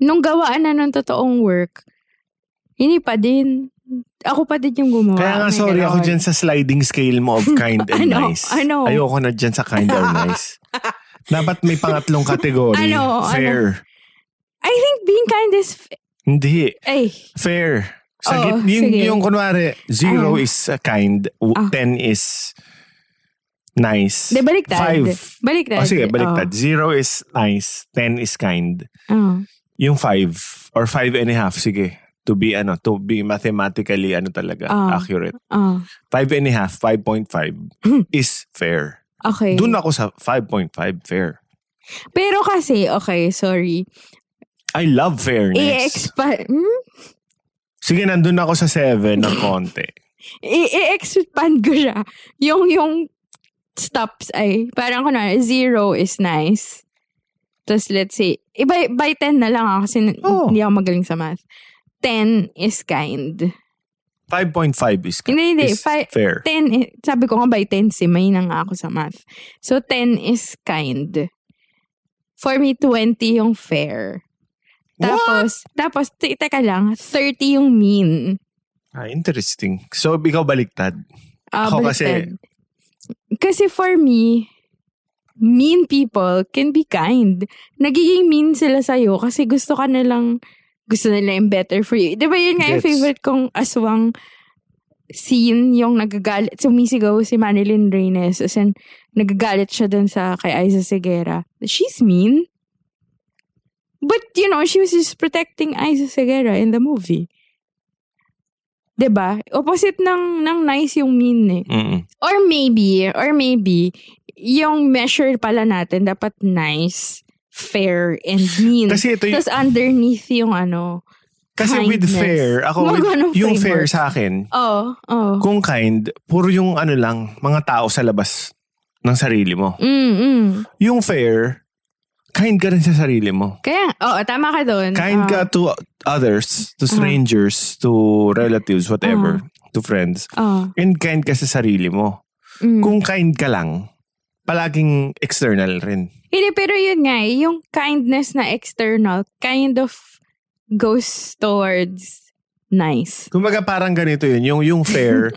[SPEAKER 2] nung gawaan na ng totoong work, hindi pa din. Ako pa din yung gumawa.
[SPEAKER 1] Kaya nga,
[SPEAKER 2] May
[SPEAKER 1] sorry ako
[SPEAKER 2] ganon.
[SPEAKER 1] dyan sa sliding scale mo of kind and
[SPEAKER 2] Ano?
[SPEAKER 1] nice.
[SPEAKER 2] Ano?
[SPEAKER 1] Ayoko na dyan sa kind or nice. Dapat may pangatlong kategory.
[SPEAKER 2] Ano? Ano?
[SPEAKER 1] Fair.
[SPEAKER 2] I think being kind is, f-
[SPEAKER 1] Hindi.
[SPEAKER 2] ay,
[SPEAKER 1] Fair. Sa
[SPEAKER 2] Oo,
[SPEAKER 1] git- yung,
[SPEAKER 2] sige.
[SPEAKER 1] yung kunwari, zero is uh, kind, w-
[SPEAKER 2] Ah.
[SPEAKER 1] ten is nice.
[SPEAKER 2] Di, baliktad.
[SPEAKER 1] Five.
[SPEAKER 2] Baliktad.
[SPEAKER 1] O Oh, sige, baliktad.
[SPEAKER 2] Oo.
[SPEAKER 1] Zero is nice, ten is kind.
[SPEAKER 2] Oo.
[SPEAKER 1] Yung five, or five and a half, sige. To be, ano, to be mathematically, ano talaga,
[SPEAKER 2] Ah.
[SPEAKER 1] accurate.
[SPEAKER 2] Oo.
[SPEAKER 1] Five and a half, 5.5 is fair.
[SPEAKER 2] Hmm. Okay.
[SPEAKER 1] Doon ako sa 5.5 fair.
[SPEAKER 2] Pero kasi, okay, sorry.
[SPEAKER 1] I love fairness.
[SPEAKER 2] I-expand, hmm?
[SPEAKER 1] Sige, nandun ako sa 7 ng konti.
[SPEAKER 2] I-expand ko siya. Yung, yung stops ay, parang kunwari, zero is nice. Tapos let's say, eh, by, by 10 na lang ako kasi n-
[SPEAKER 1] Oo.
[SPEAKER 2] hindi ako magaling sa math. 10 is kind.
[SPEAKER 1] 5.5 is,
[SPEAKER 2] Hindi, hindi.
[SPEAKER 1] is
[SPEAKER 2] Fi-
[SPEAKER 1] fair.
[SPEAKER 2] 10, i- sabi ko nga by 10 si May na nga ako sa math. So 10 is kind. For me, 20 yung fair. Tapos, tapos, te- teka lang, 30 yung mean.
[SPEAKER 1] Ah, interesting. So, ikaw baliktad.
[SPEAKER 2] Ah,
[SPEAKER 1] Ako
[SPEAKER 2] baliktad. Kasi for me, mean people can be kind. Nagiging mean sila sa'yo kasi gusto ka nilang, gusto nila yung better for you. Di ba yun nga yung
[SPEAKER 1] Gets.
[SPEAKER 2] favorite kong aswang scene, yung nagagalit, sumisigaw si Manilyn Reynes, as in, nagagalit siya dun sa kay Aiza Segura. She's mean. But, you know, she was just protecting Aiza Segura in the movie. 'Di ba? Opposite ng, ng nice yung mean eh.
[SPEAKER 1] Mm-mm.
[SPEAKER 2] Or maybe, or maybe, yung measure pala natin dapat nice, fair, and mean.
[SPEAKER 1] Kasi ito yung-
[SPEAKER 2] Tapos underneath yung ano,
[SPEAKER 1] Kasi with
[SPEAKER 2] kindness.
[SPEAKER 1] fair, ako
[SPEAKER 2] Mga
[SPEAKER 1] with-
[SPEAKER 2] ganong
[SPEAKER 1] yung fair
[SPEAKER 2] framework.
[SPEAKER 1] sa akin,
[SPEAKER 2] Oh, oh.
[SPEAKER 1] kung kind, puro yung ano lang, mga tao sa labas ng sarili mo.
[SPEAKER 2] Mm, mm.
[SPEAKER 1] Yung fair, kind ka rin sa sarili mo.
[SPEAKER 2] Kaya, oo, tama ka Oh, doon.
[SPEAKER 1] Kind ka to others, to strangers, to relatives, whatever, to friends.
[SPEAKER 2] Oh,
[SPEAKER 1] And kind ka sa sarili mo.
[SPEAKER 2] mm.
[SPEAKER 1] Kung kind ka lang, palaging external rin.
[SPEAKER 2] Hindi, pero yun nga eh, yung kindness na external kind of goes towards nice.
[SPEAKER 1] Kumbaga parang ganito yun, yung, yung fair,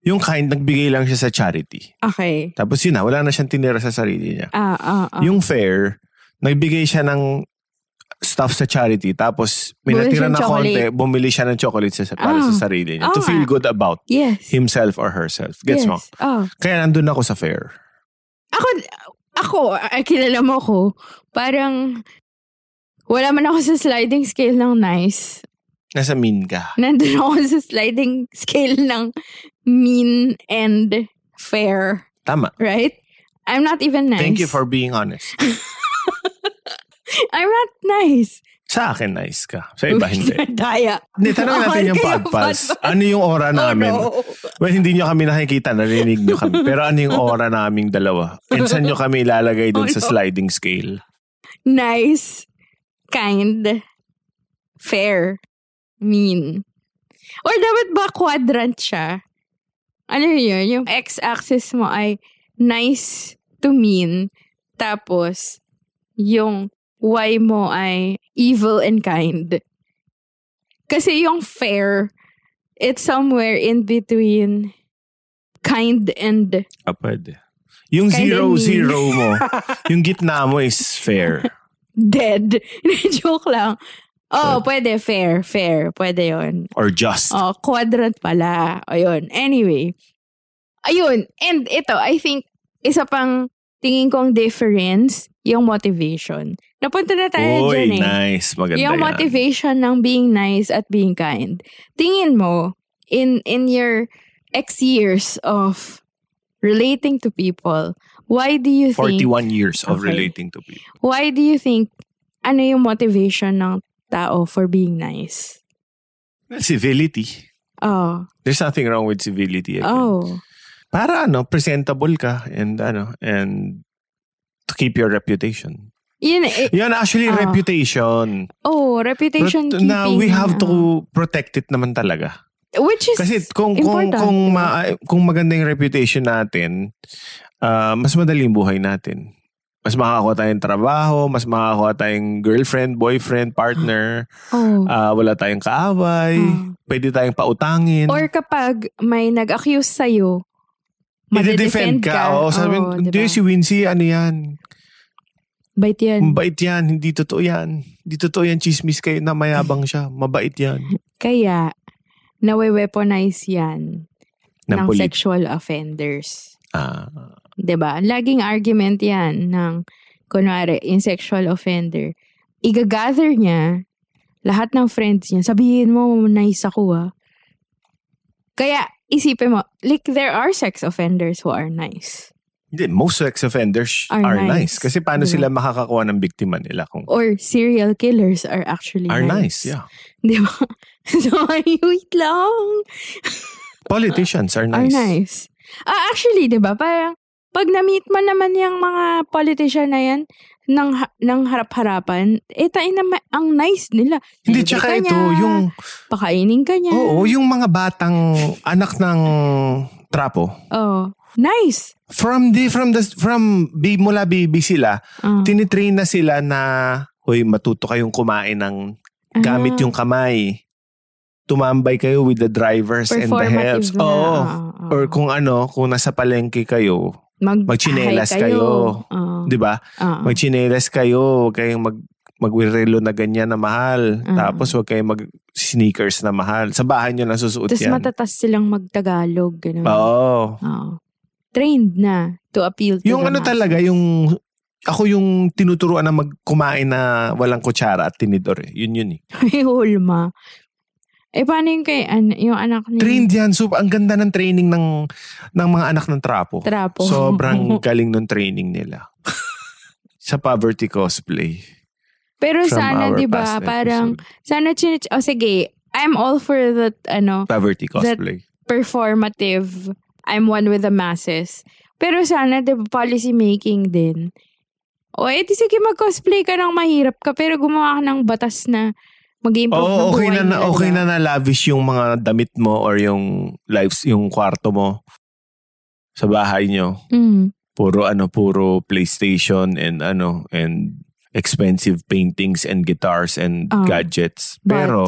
[SPEAKER 1] yung kind, nagbigay lang siya sa charity.
[SPEAKER 2] Okay.
[SPEAKER 1] Tapos yun na, wala na siyang tinira sa sarili niya.
[SPEAKER 2] Ah, ah, ah.
[SPEAKER 1] Yung fair, nagbigay siya ng stuff sa charity. Tapos,
[SPEAKER 2] Bumili
[SPEAKER 1] minatira
[SPEAKER 2] siya ng
[SPEAKER 1] na konti,
[SPEAKER 2] chocolate.
[SPEAKER 1] bumili siya ng chocolate sa, para
[SPEAKER 2] Ah.
[SPEAKER 1] sa sarili niya. to
[SPEAKER 2] Oo
[SPEAKER 1] feel
[SPEAKER 2] nga.
[SPEAKER 1] good about
[SPEAKER 2] yes.
[SPEAKER 1] himself or herself. Gets
[SPEAKER 2] yes.
[SPEAKER 1] mo?
[SPEAKER 2] Oh.
[SPEAKER 1] Kaya nandun ako sa fair.
[SPEAKER 2] Ako, ako, ah, kilala mo ko, parang wala man ako sa sliding scale ng nice.
[SPEAKER 1] Nasa mean ka.
[SPEAKER 2] Nandun ako sa sliding scale ng mean and fair,
[SPEAKER 1] Tama.
[SPEAKER 2] right? I'm not even nice.
[SPEAKER 1] Thank you for being honest.
[SPEAKER 2] I'm not nice.
[SPEAKER 1] Sa akin, nice ka. Sa iba, hindi.
[SPEAKER 2] Daya.
[SPEAKER 1] Hindi, tanong natin yung
[SPEAKER 2] Kayo,
[SPEAKER 1] podpas.
[SPEAKER 2] podpas.
[SPEAKER 1] Ano yung aura namin?
[SPEAKER 2] Oh, no.
[SPEAKER 1] Well, hindi nyo kami nakikita, narinig nyo kami. Pero ano yung aura naming dalawa? And saan nyo kami ilalagay dun
[SPEAKER 2] Oh,
[SPEAKER 1] sa
[SPEAKER 2] no.
[SPEAKER 1] sliding scale?
[SPEAKER 2] nice, kind, fair, mean. Or dapat ba quadrant siya? Ano yun? Yung x-axis mo ay nice to mean. Tapos, yung y mo ay evil and kind. Kasi yung fair, it's somewhere in between kind and
[SPEAKER 1] Ah, pwede. Yung
[SPEAKER 2] Kinda
[SPEAKER 1] zero,
[SPEAKER 2] mean.
[SPEAKER 1] zero mo, yung gitna mo is fair.
[SPEAKER 2] dead. Joke lang. Oh, pwede. Fair, fair. Pwede yon
[SPEAKER 1] Or just.
[SPEAKER 2] Oh, quadrant pala. Ayun. Anyway. Ayun. And ito, I think, isa pang tingin kong difference, yung motivation. Napunta na tayo
[SPEAKER 1] Uy,
[SPEAKER 2] dyan eh.
[SPEAKER 1] nice. Maganda yan.
[SPEAKER 2] yung motivation ng being nice at being kind. Tingin mo, in in your X years of relating to people, why do you think
[SPEAKER 1] 41 years of
[SPEAKER 2] Okay.
[SPEAKER 1] relating to people.
[SPEAKER 2] why do you think ano yung motivation ng tao for being nice?
[SPEAKER 1] Civility.
[SPEAKER 2] Oh.
[SPEAKER 1] There's nothing wrong with civility. again.
[SPEAKER 2] Oh.
[SPEAKER 1] Para ano, presentable ka and ano, and to keep your reputation.
[SPEAKER 2] Yun, eh,
[SPEAKER 1] Yan actually
[SPEAKER 2] Ah.
[SPEAKER 1] reputation.
[SPEAKER 2] oh, reputation
[SPEAKER 1] But
[SPEAKER 2] keeping.
[SPEAKER 1] na we have
[SPEAKER 2] ah.
[SPEAKER 1] to protect it naman talaga.
[SPEAKER 2] Which is
[SPEAKER 1] Kasi kung kung
[SPEAKER 2] important.
[SPEAKER 1] kung, ma- kung maganda yung reputation natin, ah, mas madali yung buhay natin. Mas makakakuha tayong trabaho, mas makakakuha tayong girlfriend, boyfriend, partner,
[SPEAKER 2] oh.
[SPEAKER 1] ah, wala tayong kaaway,
[SPEAKER 2] Ah.
[SPEAKER 1] pwede tayong pautangin.
[SPEAKER 2] Or kapag may nag-accuse sa'yo,
[SPEAKER 1] Madedefend
[SPEAKER 2] madedefend
[SPEAKER 1] ka. Oo, sabi,
[SPEAKER 2] Oo,
[SPEAKER 1] hindi
[SPEAKER 2] diba?
[SPEAKER 1] si Wincy, ano yan?
[SPEAKER 2] Bait yan.
[SPEAKER 1] Mabait yan, hindi totoo yan. Hindi totoo yan, chismis kayo na mayabang siya. Mabait yan.
[SPEAKER 2] Kaya, nawe-weaponize yan ng,
[SPEAKER 1] Ng polit-
[SPEAKER 2] sexual offenders.
[SPEAKER 1] Ah,
[SPEAKER 2] 'Di ba? Diba? Laging argument yan ng, kunwari, in sexual offender. Iga-gather niya lahat ng friends niya. Sabihin mo, nice ako ah. Kaya, isipin mo, like, there are sex offenders who are nice.
[SPEAKER 1] hindi, most sex offenders
[SPEAKER 2] Are
[SPEAKER 1] are,
[SPEAKER 2] nice.
[SPEAKER 1] nice. Kasi paano
[SPEAKER 2] Diba?
[SPEAKER 1] sila makakakuha ng biktima nila kung
[SPEAKER 2] Or serial killers are actually
[SPEAKER 1] are nice. Yeah.
[SPEAKER 2] Di ba? So, ay, wait lang.
[SPEAKER 1] Politicians are
[SPEAKER 2] Are
[SPEAKER 1] nice.
[SPEAKER 2] nice. Ah, actually, di ba? Parang, pag na-meet mo naman yung mga politician na yan, ng, ha- ng harap-harapan, eh, tayo na, ma- ang nice nila.
[SPEAKER 1] Hindi,
[SPEAKER 2] Libre
[SPEAKER 1] tsaka
[SPEAKER 2] ka
[SPEAKER 1] ito,
[SPEAKER 2] niya,
[SPEAKER 1] yung,
[SPEAKER 2] Pakainin ka niya.
[SPEAKER 1] oo, yung mga batang anak ng trapo.
[SPEAKER 2] Oo. Oh, Nice.
[SPEAKER 1] From the, from the, from, bi, mula baby sila,
[SPEAKER 2] Ah.
[SPEAKER 1] tinitrain na sila na, hoy, matuto kayong kumain ng
[SPEAKER 2] Ah,
[SPEAKER 1] gamit yung kamay. Tumambay kayo with the drivers and the
[SPEAKER 2] Performative
[SPEAKER 1] helps.
[SPEAKER 2] na, Ah,
[SPEAKER 1] Oo.
[SPEAKER 2] oo.
[SPEAKER 1] Or kung ano, kung nasa palengke kayo,
[SPEAKER 2] Mag-
[SPEAKER 1] magchinelas kayo.
[SPEAKER 2] Oo.
[SPEAKER 1] 'di ba?
[SPEAKER 2] Oo.
[SPEAKER 1] Magchinelas kayo, huwag kayong mag magwirelo na ganyan na mahal.
[SPEAKER 2] Ah.
[SPEAKER 1] Tapos huwag kayong mag sneakers na mahal. Sa bahay nyo lang susuot
[SPEAKER 2] Tapos
[SPEAKER 1] yan.
[SPEAKER 2] matatas silang magtagalog. Ganun.
[SPEAKER 1] Oo.
[SPEAKER 2] Oo. Trained na to appeal to
[SPEAKER 1] Yung
[SPEAKER 2] the
[SPEAKER 1] ano
[SPEAKER 2] masses.
[SPEAKER 1] talaga, yung ako yung tinuturuan na magkumain na walang kutsara at tinidor. Eh. Yun yun eh.
[SPEAKER 2] May hulma. Eh, paano yung kay, an, yung anak ni
[SPEAKER 1] Trained yan. So, ang ganda ng training ng, ng mga anak ng trapo.
[SPEAKER 2] Trapo?
[SPEAKER 1] Sobrang galing ng training nila. sa poverty cosplay.
[SPEAKER 2] Pero
[SPEAKER 1] from
[SPEAKER 2] sana,
[SPEAKER 1] our
[SPEAKER 2] di ba,
[SPEAKER 1] past
[SPEAKER 2] parang, sana chinich, oh sige, I'm all for that, ano,
[SPEAKER 1] Poverty
[SPEAKER 2] That-
[SPEAKER 1] cosplay.
[SPEAKER 2] performative, I'm one with the masses. Pero sana, di ba, policy making din. O, edi sige, mag-cosplay ka ng mahirap ka, pero gumawa ka ng batas na mag-improve ng
[SPEAKER 1] Oo, okay
[SPEAKER 2] buhay
[SPEAKER 1] na, na
[SPEAKER 2] nila,
[SPEAKER 1] okay
[SPEAKER 2] di
[SPEAKER 1] na
[SPEAKER 2] ba?
[SPEAKER 1] na lavish yung mga damit mo or yung lives yung kwarto mo sa bahay nyo.
[SPEAKER 2] Mm.
[SPEAKER 1] Puro ano, puro PlayStation and ano and expensive paintings and guitars and
[SPEAKER 2] Ah.
[SPEAKER 1] gadgets.
[SPEAKER 2] But-
[SPEAKER 1] Pero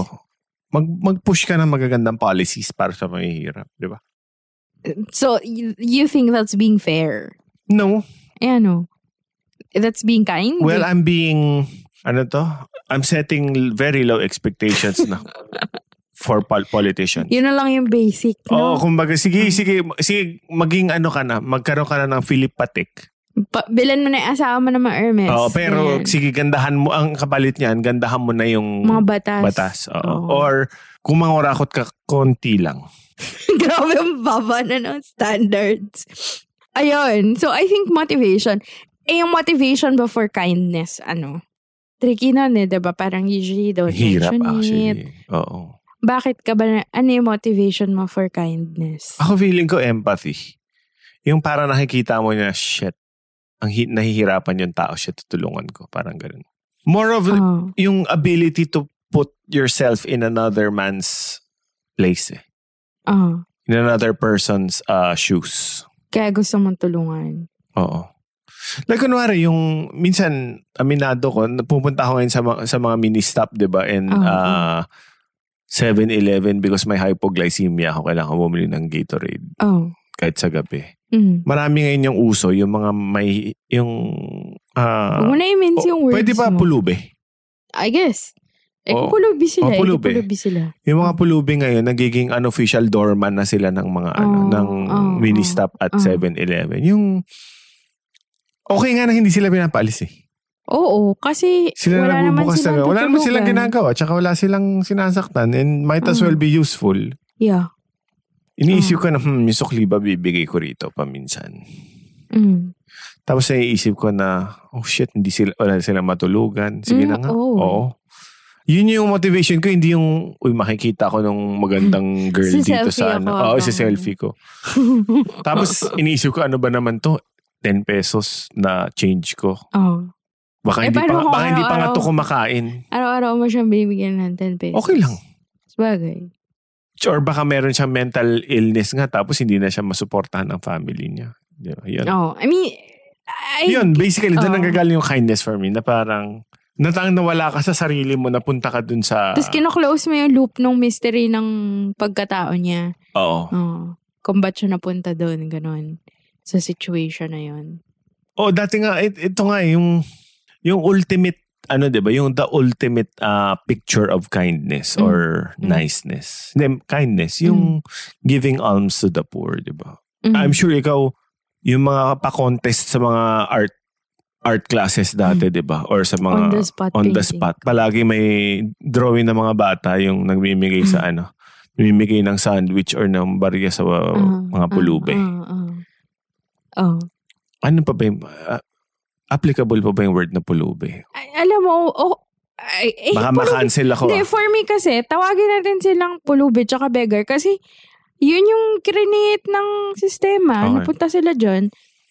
[SPEAKER 1] mag mag-push ka ng magagandang policies para sa mahihirap, di ba?
[SPEAKER 2] So, you, you think that's being fair?
[SPEAKER 1] No.
[SPEAKER 2] Eh, ano? That's being kind?
[SPEAKER 1] Well, I'm being ano to? I'm setting very low expectations na for pol- politicians.
[SPEAKER 2] Yun na lang yung basic,
[SPEAKER 1] Oo,
[SPEAKER 2] no? Mm.
[SPEAKER 1] kumbaga, sige, sige, sige, maging ano ka na, magkaroon ka na ng Philip Patek.
[SPEAKER 2] Pa- bilan mo na yung asawa mo na mga Hermes.
[SPEAKER 1] Oo, pero
[SPEAKER 2] Ganyan.
[SPEAKER 1] sige, gandahan mo, ang kapalit niyan, gandahan mo na yung
[SPEAKER 2] Mga batas.
[SPEAKER 1] batas. Oo.
[SPEAKER 2] Oo.
[SPEAKER 1] Or, kung mangurakot ka, konti lang.
[SPEAKER 2] Grabe ang baba na ng standards. Ayun. So, I think motivation. Eh, yung motivation before kindness, ano? Tricky nun eh, 'di ba? Parang usually don't
[SPEAKER 1] Hirap
[SPEAKER 2] mention it.
[SPEAKER 1] actually. Oo.
[SPEAKER 2] Bakit ka ba, na, ano yung motivation mo for kindness?
[SPEAKER 1] Ako feeling ko empathy. Yung para nakikita mo niya, shit, ang hi- nahihirapan yung tao, shit, tutulungan ko. Parang ganun. More
[SPEAKER 2] Oh,
[SPEAKER 1] of
[SPEAKER 2] Oo.
[SPEAKER 1] yung ability to put yourself in another man's place eh.
[SPEAKER 2] Oo.
[SPEAKER 1] in another person's uh, shoes.
[SPEAKER 2] oh. Kaya gusto mong tulungan.
[SPEAKER 1] Oo. Like kunwari yung minsan aminado ko pupunta ako ngayon sa mga, sa mga mini stop 'di ba and
[SPEAKER 2] Oo.
[SPEAKER 1] uh, 7-Eleven because may hypoglycemia ako kailangan bumili ng Gatorade
[SPEAKER 2] Oh.
[SPEAKER 1] kahit sa gabi.
[SPEAKER 2] Mm.
[SPEAKER 1] Marami ngayon yung uso yung mga may yung ah,
[SPEAKER 2] Huwag mo na i-mince yung words
[SPEAKER 1] pwede ba
[SPEAKER 2] mo.
[SPEAKER 1] pulube?
[SPEAKER 2] I guess. Eh,
[SPEAKER 1] Oo.
[SPEAKER 2] kung pulubi sila.
[SPEAKER 1] Oo,
[SPEAKER 2] eh,
[SPEAKER 1] oh, pulubi.
[SPEAKER 2] pulubi sila.
[SPEAKER 1] Yung mga pulubi ngayon nagiging unofficial doorman na sila ng mga ano
[SPEAKER 2] Oo,
[SPEAKER 1] ng
[SPEAKER 2] oo,
[SPEAKER 1] mini stop at
[SPEAKER 2] oo.
[SPEAKER 1] 7-Eleven. Yung okay nga na hindi sila pinapaalis eh.
[SPEAKER 2] Oo, kasi
[SPEAKER 1] sila na
[SPEAKER 2] wala naman
[SPEAKER 1] nagbubukas
[SPEAKER 2] silang
[SPEAKER 1] ng wala naman silang
[SPEAKER 2] tutulugan.
[SPEAKER 1] ginagawa tsaka wala silang sinasaktan and might as
[SPEAKER 2] Mm.
[SPEAKER 1] well be useful
[SPEAKER 2] Yeah.
[SPEAKER 1] Iniisip ko na, hmm, yung sukli ba bibigay ko rito paminsan?
[SPEAKER 2] Mm.
[SPEAKER 1] Tapos naiisip ko na, oh shit, hindi sila, wala sila matulugan. Sige
[SPEAKER 2] Mm,
[SPEAKER 1] na nga.
[SPEAKER 2] oo.
[SPEAKER 1] Oo. Yun yung motivation ko, hindi yung, uy, makikita ko nung magandang girl dito
[SPEAKER 2] Siselfie
[SPEAKER 1] sa ano.
[SPEAKER 2] ako
[SPEAKER 1] Oo,
[SPEAKER 2] habang-
[SPEAKER 1] si selfie ko. Tapos iniisip ko, ano ba naman to? 10 pesos na change ko.
[SPEAKER 2] Oh.
[SPEAKER 1] Baka
[SPEAKER 2] Eh,
[SPEAKER 1] hindi
[SPEAKER 2] paano
[SPEAKER 1] pa,
[SPEAKER 2] kung
[SPEAKER 1] baka hindi pa nga
[SPEAKER 2] araw-araw?
[SPEAKER 1] to kumakain.
[SPEAKER 2] Araw-araw mo siyang binibigyan ng 10 pesos.
[SPEAKER 1] Okay lang.
[SPEAKER 2] Sabagay.
[SPEAKER 1] Or baka meron siyang mental illness nga tapos hindi na siya masuportahan ng family niya. Di ba? Yun.
[SPEAKER 2] Oh, I mean, I,
[SPEAKER 1] Yun, basically, doon
[SPEAKER 2] Oo.
[SPEAKER 1] nanggagaling yung kindness for me na parang natang nawala ka sa sarili mo, napunta ka dun sa...
[SPEAKER 2] Tapos kinoklose mo yung loop ng mystery ng pagkatao niya.
[SPEAKER 1] Oo.
[SPEAKER 2] Oh. Kung ba't siya napunta doon, ganun. Sa situation na yun.
[SPEAKER 1] Oh, dati nga, it, ito nga, eh, yung, yung ultimate, ano 'di ba yung the ultimate ah, picture of kindness
[SPEAKER 2] Mm.
[SPEAKER 1] or
[SPEAKER 2] Mm.
[SPEAKER 1] niceness. Hindi, kindness, yung giving alms to the poor, 'di ba
[SPEAKER 2] Mm.
[SPEAKER 1] I'm sure ikaw, yung mga pa-contest sa mga art art classes dati, di ba? Or sa mga
[SPEAKER 2] Mm. On the
[SPEAKER 1] on
[SPEAKER 2] spot
[SPEAKER 1] the
[SPEAKER 2] painting.
[SPEAKER 1] spot. Palagi may drawing ng mga bata yung nagbimigay sa
[SPEAKER 2] Mm.
[SPEAKER 1] ano, nagbimigay ng sandwich or ng barya sa uh,
[SPEAKER 2] Ah,
[SPEAKER 1] mga
[SPEAKER 2] ah,
[SPEAKER 1] pulube.
[SPEAKER 2] ah, ah. Oh.
[SPEAKER 1] Ano pa ba yung, ah, applicable pa ba yung word na pulube?
[SPEAKER 2] Ay, alam mo, oh, ay, eh,
[SPEAKER 1] Baka
[SPEAKER 2] pulube-
[SPEAKER 1] makancel ako,
[SPEAKER 2] Hindi,
[SPEAKER 1] ah.
[SPEAKER 2] for me kasi, tawagin natin silang pulube tsaka beggar kasi yun yung krenate ng sistema.
[SPEAKER 1] Okay.
[SPEAKER 2] Napunta sila dyan.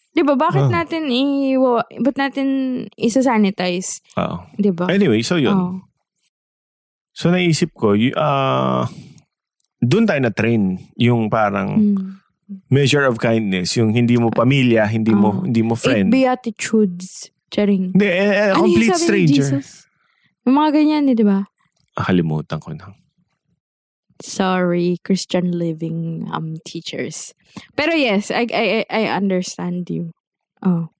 [SPEAKER 2] Di ba, bakit
[SPEAKER 1] Ah.
[SPEAKER 2] natin i- wa- ba't natin isa-sanitize?
[SPEAKER 1] Oo.
[SPEAKER 2] Di ba?
[SPEAKER 1] Anyway, so yun.
[SPEAKER 2] Oh.
[SPEAKER 1] So naisip ko, y- ah, doon tayo na-train yung parang
[SPEAKER 2] Mm.
[SPEAKER 1] measure of kindness, yung hindi mo pamilya, hindi mo
[SPEAKER 2] Ah.
[SPEAKER 1] hindi mo
[SPEAKER 2] Eight
[SPEAKER 1] friend.
[SPEAKER 2] beatitudes. Charing.
[SPEAKER 1] Hindi, eh, eh,
[SPEAKER 2] Ano yung
[SPEAKER 1] complete
[SPEAKER 2] sabi ni
[SPEAKER 1] stranger.
[SPEAKER 2] Jesus? Yung mga ganyan, eh, di ba?
[SPEAKER 1] Ah, Kalimutan ko na.
[SPEAKER 2] Sorry, Christian living um teachers. Pero yes, I I I- I understand you. Oh.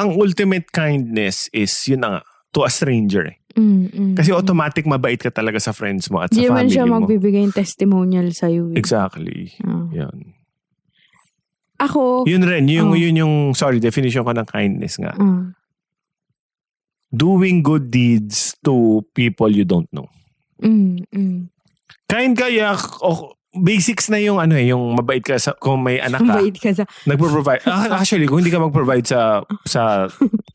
[SPEAKER 1] Ang ultimate kindness is, yun na nga, to a stranger. eh.
[SPEAKER 2] Mm, mm,
[SPEAKER 1] Kasi
[SPEAKER 2] mm.
[SPEAKER 1] automatic mabait ka talaga sa friends mo at sa
[SPEAKER 2] Di naman
[SPEAKER 1] family
[SPEAKER 2] siya
[SPEAKER 1] mo.
[SPEAKER 2] magbibigay ng testimonial sa iyo.
[SPEAKER 1] Exactly.
[SPEAKER 2] Oh.
[SPEAKER 1] Yun.
[SPEAKER 2] Ako,
[SPEAKER 1] Yun rin, yung,
[SPEAKER 2] Oh.
[SPEAKER 1] yun yung, sorry, definition ko ng kindness nga.
[SPEAKER 2] ah,
[SPEAKER 1] Doing good deeds to people you don't know.
[SPEAKER 2] mm, mm.
[SPEAKER 1] Kind ka, yeah, o- basics na yung ano eh, yung mabait ka sa, kung may anak ka.
[SPEAKER 2] Mabait ka sa...
[SPEAKER 1] Nagpo-provide. Ah, Actually, kung hindi ka mag-provide sa sa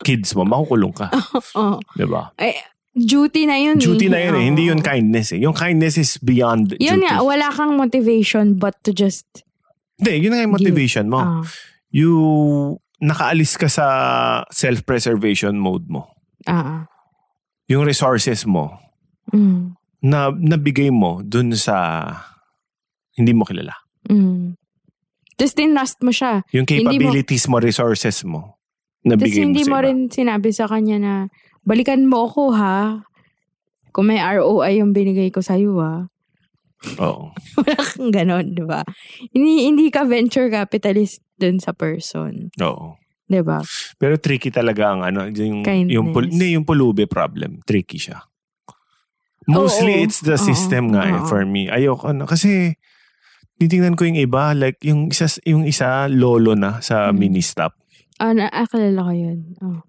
[SPEAKER 1] kids mo, makukulong ka.
[SPEAKER 2] Oh,
[SPEAKER 1] 'Di ba?
[SPEAKER 2] eh, duty na yun.
[SPEAKER 1] Duty
[SPEAKER 2] eh.
[SPEAKER 1] na yun eh.
[SPEAKER 2] Oo.
[SPEAKER 1] Hindi yun kindness eh. Yung kindness is beyond
[SPEAKER 2] Yun
[SPEAKER 1] duty.
[SPEAKER 2] nga, wala kang motivation but to just...
[SPEAKER 1] Hindi, yun nga yung motivation mo.
[SPEAKER 2] Ah,
[SPEAKER 1] You, nakaalis ka sa self-preservation mode mo.
[SPEAKER 2] ah,
[SPEAKER 1] Yung resources mo
[SPEAKER 2] ah. Mm,
[SPEAKER 1] na nabigay mo dun sa hindi mo kilala.
[SPEAKER 2] mm. Tapos tinrust mo siya.
[SPEAKER 1] Yung
[SPEAKER 2] Hindi mo-
[SPEAKER 1] capabilities mo, resources mo, nabigay
[SPEAKER 2] Tapos hindi
[SPEAKER 1] mo sa
[SPEAKER 2] mo
[SPEAKER 1] iba.
[SPEAKER 2] rin sinabi sa kanya na, balikan mo ako ha. Kung may ROI yung binigay ko sa'yo ha.
[SPEAKER 1] Oo.
[SPEAKER 2] Wala kang ganon, di ba? Hindi, hindi ka venture capitalist dun sa person.
[SPEAKER 1] Oo.
[SPEAKER 2] Di ba?
[SPEAKER 1] Pero tricky talaga ang ano, yung,
[SPEAKER 2] Kindness.
[SPEAKER 1] yung, pul- hindi, yung pulube problem. Tricky siya. Mostly
[SPEAKER 2] Oo.
[SPEAKER 1] it's the
[SPEAKER 2] Oo.
[SPEAKER 1] system nga eh,
[SPEAKER 2] Oo.
[SPEAKER 1] for me. Ayoko na. Kasi titingnan ko yung iba, like yung isa, yung isa lolo na sa
[SPEAKER 2] Mm.
[SPEAKER 1] mini-stop.
[SPEAKER 2] Ah, na, akala ko yun. Oh.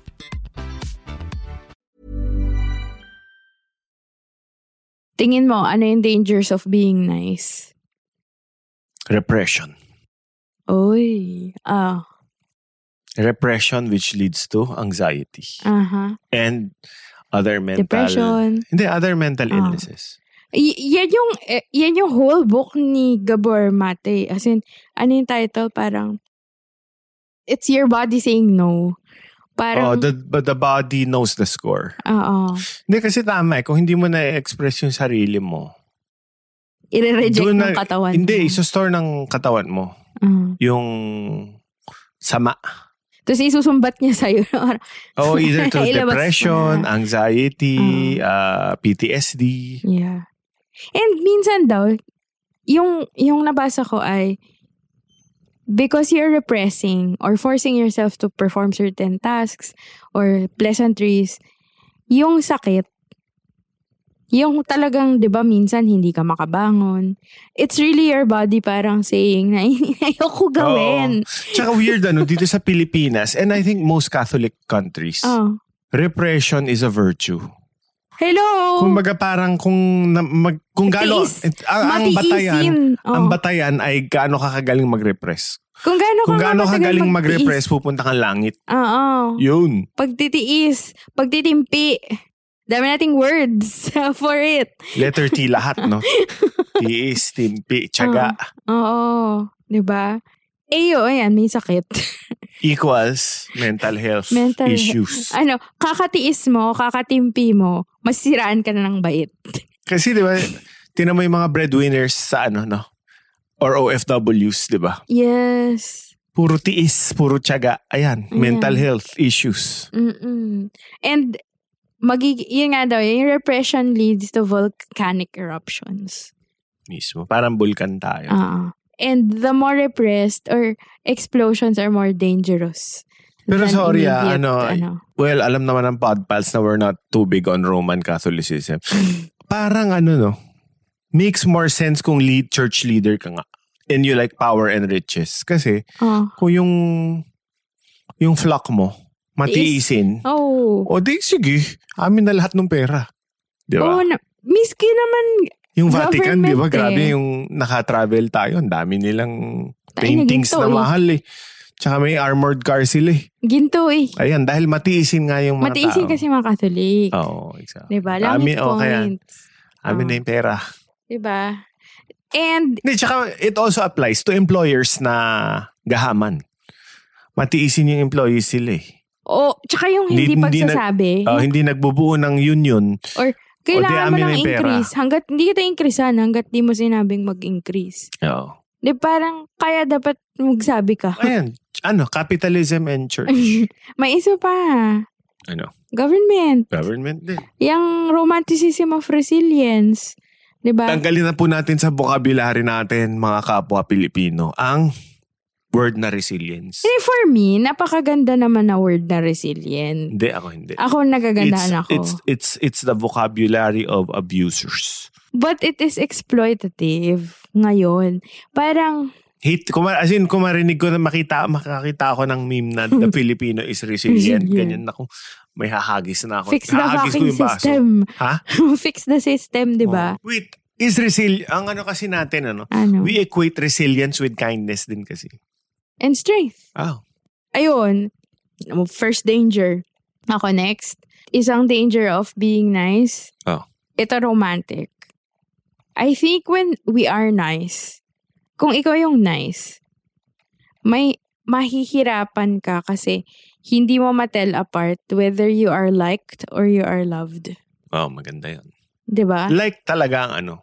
[SPEAKER 2] Tingin mo, ano yung dangers of being nice?
[SPEAKER 1] Repression.
[SPEAKER 2] Oy. Ah,
[SPEAKER 1] Repression which leads to anxiety.
[SPEAKER 2] aha.
[SPEAKER 1] and other mental...
[SPEAKER 2] Ah. Depression.
[SPEAKER 1] Hindi, other mental
[SPEAKER 2] Ah.
[SPEAKER 1] illnesses.
[SPEAKER 2] Y- yan yung eh, yan yung whole book ni Gabor Mate. As in, ano yung title? Parang, it's your body saying
[SPEAKER 1] oh,
[SPEAKER 2] no. Parang,
[SPEAKER 1] the, but the body knows the score.
[SPEAKER 2] oo.
[SPEAKER 1] Hindi kasi tama eh. Kung hindi mo na-express yung sarili mo,
[SPEAKER 2] I-reject
[SPEAKER 1] Doon
[SPEAKER 2] ng katawan.
[SPEAKER 1] Hindi,
[SPEAKER 2] mo.
[SPEAKER 1] isa store ng katawan mo.
[SPEAKER 2] Ah.
[SPEAKER 1] Yung sama.
[SPEAKER 2] Tapos isusumbat niya sa'yo.
[SPEAKER 1] Oh, either through
[SPEAKER 2] Ilabas mo
[SPEAKER 1] depression,
[SPEAKER 2] na. Mm.
[SPEAKER 1] anxiety, uh, PTSD.
[SPEAKER 2] yeah. And minsan daw, yung, yung nabasa ko ay, because you're repressing or forcing yourself to perform certain tasks or pleasantries, yung sakit, yung talagang, di ba, minsan hindi ka makabangon. It's really your body parang saying na ayoko gawin.
[SPEAKER 1] Oo. Tsaka weird ano, dito sa Pilipinas, and I think most Catholic countries,
[SPEAKER 2] Oh.
[SPEAKER 1] repression is a virtue.
[SPEAKER 2] Hello!
[SPEAKER 1] Kung baga parang kung, na, mag, kung gaano,
[SPEAKER 2] Tiis.
[SPEAKER 1] it- ang, ang batayan,
[SPEAKER 2] Matiisin. Oh. Oo.
[SPEAKER 1] ang batayan ay gaano ka kagaling mag-repress.
[SPEAKER 2] Kung gaano
[SPEAKER 1] Kung
[SPEAKER 2] ka
[SPEAKER 1] gaano
[SPEAKER 2] nga
[SPEAKER 1] ka
[SPEAKER 2] matagal
[SPEAKER 1] galing
[SPEAKER 2] magtiis.
[SPEAKER 1] mag-repress, pupunta kang langit.
[SPEAKER 2] Oo.
[SPEAKER 1] Yun.
[SPEAKER 2] Pagtitiis. Pagtitimpi. Dami nating words for it.
[SPEAKER 1] Letter T lahat, no? Tiis, timpi, tsaga.
[SPEAKER 2] Ah. Oo. 'Di ba? Eh, yun, ayan, may sakit.
[SPEAKER 1] Equals mental health
[SPEAKER 2] Mental health.
[SPEAKER 1] issues.
[SPEAKER 2] ano, kakatiis mo, kakatimpi mo, masisiraan ka na ng bait.
[SPEAKER 1] Kasi di ba, tinan mo yung mga breadwinners sa ano, no? Or OFWs, di ba?
[SPEAKER 2] Yes.
[SPEAKER 1] Puro tiis, puro tsaga. Ayan, mental health issues.
[SPEAKER 2] Mm-mm. And, magig yun nga daw, yung repression leads to volcanic eruptions.
[SPEAKER 1] Mismo. Parang bulkan tayo.
[SPEAKER 2] Ah. and the more repressed or explosions are more dangerous.
[SPEAKER 1] Pero
[SPEAKER 2] than
[SPEAKER 1] sorry, ah,
[SPEAKER 2] immediate,
[SPEAKER 1] ano, Well, alam naman ng pod pals na we're not too big on Roman Catholicism. Parang ano no, makes more sense kung lead church leader ka nga. And you like power and riches. Kasi
[SPEAKER 2] Ah.
[SPEAKER 1] kung yung, yung flock mo, matiisin.
[SPEAKER 2] Oh.
[SPEAKER 1] O di, sige, amin na lahat ng pera. Di ba?
[SPEAKER 2] Oh, na, miski naman,
[SPEAKER 1] yung Vatican, di ba?
[SPEAKER 2] government
[SPEAKER 1] Grabe
[SPEAKER 2] eh.
[SPEAKER 1] yung nakatravel tayo. Ang dami nilang
[SPEAKER 2] Tayo na
[SPEAKER 1] paintings na
[SPEAKER 2] ginto eh.
[SPEAKER 1] mahal eh. Tsaka may armored car sila eh.
[SPEAKER 2] ginto eh.
[SPEAKER 1] Ayan, dahil matiisin nga yung mga
[SPEAKER 2] Matiisin
[SPEAKER 1] tao.
[SPEAKER 2] kasi mga Catholic.
[SPEAKER 1] Oo, exactly.
[SPEAKER 2] Diba? Langit
[SPEAKER 1] Amin, okay yan.
[SPEAKER 2] points. Ah.
[SPEAKER 1] Amin oh, na yung pera.
[SPEAKER 2] Diba? And,
[SPEAKER 1] Hindi, tsaka it also applies to employers na gahaman. Matiisin yung employees sila eh.
[SPEAKER 2] oh, tsaka yung hindi,
[SPEAKER 1] nag-
[SPEAKER 2] pagsasabi.
[SPEAKER 1] oh, hindi nagbubuo ng union.
[SPEAKER 2] or,
[SPEAKER 1] amin
[SPEAKER 2] kailangan mo
[SPEAKER 1] na
[SPEAKER 2] ng
[SPEAKER 1] yung pera.
[SPEAKER 2] increase. Hanggat, hindi kita increasean hanggat di mo sinabing mag-increase.
[SPEAKER 1] Oo.
[SPEAKER 2] Di parang, kaya dapat magsabi ka.
[SPEAKER 1] Ayan, ano, capitalism and church.
[SPEAKER 2] May isa pa.
[SPEAKER 1] ano,
[SPEAKER 2] Government.
[SPEAKER 1] government din.
[SPEAKER 2] Yung romanticism of resilience. Diba?
[SPEAKER 1] Tanggalin na po natin sa vocabulary natin, mga kapwa Pilipino, ang word na resilience.
[SPEAKER 2] Eh, for me, napakaganda naman na word na resilient.
[SPEAKER 1] Hindi, ako hindi.
[SPEAKER 2] Ako,
[SPEAKER 1] it's,
[SPEAKER 2] nagagandahan ako.
[SPEAKER 1] it's, it's, it's the vocabulary of abusers.
[SPEAKER 2] But it is exploitative ngayon. Parang,
[SPEAKER 1] hate kumar as in kumarinig ko na makita makakita ako ng meme na the Filipino is resilient
[SPEAKER 2] Resilient.
[SPEAKER 1] ganyan ako may hahagis na ako
[SPEAKER 2] fix the
[SPEAKER 1] Hahagis ko
[SPEAKER 2] fucking
[SPEAKER 1] yung baso.
[SPEAKER 2] system.
[SPEAKER 1] ha
[SPEAKER 2] fix the system, di ba?
[SPEAKER 1] Oh. wait is resil ang ano kasi natin ano
[SPEAKER 2] Ano?
[SPEAKER 1] we equate resilience with kindness din kasi
[SPEAKER 2] And strength.
[SPEAKER 1] ah
[SPEAKER 2] Ayun. First danger. Ako next. Isang danger of being nice.
[SPEAKER 1] Oh.
[SPEAKER 2] Ito romantic. I think when we are nice, kung ikaw yung nice, may mahihirapan ka kasi hindi mo matel apart whether you are liked or you are loved.
[SPEAKER 1] oh maganda yun
[SPEAKER 2] 'Di ba?
[SPEAKER 1] like talaga ang ano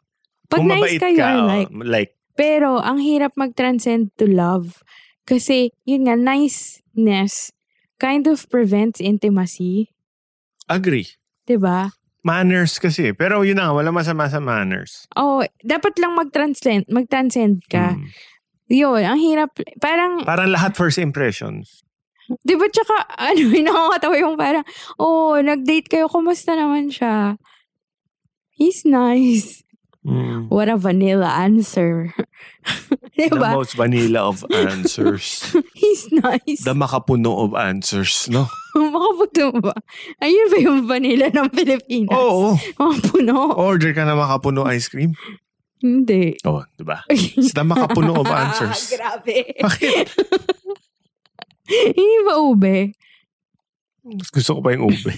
[SPEAKER 2] Ah. Pag
[SPEAKER 1] kung
[SPEAKER 2] nice
[SPEAKER 1] mabait
[SPEAKER 2] ka, you are
[SPEAKER 1] oh,
[SPEAKER 2] liked.
[SPEAKER 1] like
[SPEAKER 2] Pero, ang hirap mag-transcend to love. Kasi, yun nga, niceness kind of prevents intimacy.
[SPEAKER 1] agree
[SPEAKER 2] 'di ba?
[SPEAKER 1] manners kasi pero yun na nga, wala masama sa manners
[SPEAKER 2] Oh, dapat lang mag-transcend, mag-transcend ka.
[SPEAKER 1] Mm.
[SPEAKER 2] Yun, ang hirap. Parang,
[SPEAKER 1] parang lahat first impressions
[SPEAKER 2] di ba tsaka, ano, nakakatawa yung parang, oh, nag-date kayo, kumusta naman siya? He's nice.
[SPEAKER 1] Mm.
[SPEAKER 2] What a vanilla answer. di
[SPEAKER 1] the
[SPEAKER 2] ba?
[SPEAKER 1] most vanilla of answers
[SPEAKER 2] He's nice.
[SPEAKER 1] The makapuno of answers, no?
[SPEAKER 2] Makaputo ba? Ayun ba yung vanilla ng Pilipinas?
[SPEAKER 1] Oo.
[SPEAKER 2] Makapuno?
[SPEAKER 1] Order ka na makapuno ice cream.
[SPEAKER 2] Hindi.
[SPEAKER 1] Oo,
[SPEAKER 2] Ah,
[SPEAKER 1] di ba? It's the makapuno of answers.
[SPEAKER 2] Grabe.
[SPEAKER 1] Bakit?
[SPEAKER 2] Hindi ba ube?
[SPEAKER 1] Mas gusto ko pa yung ube.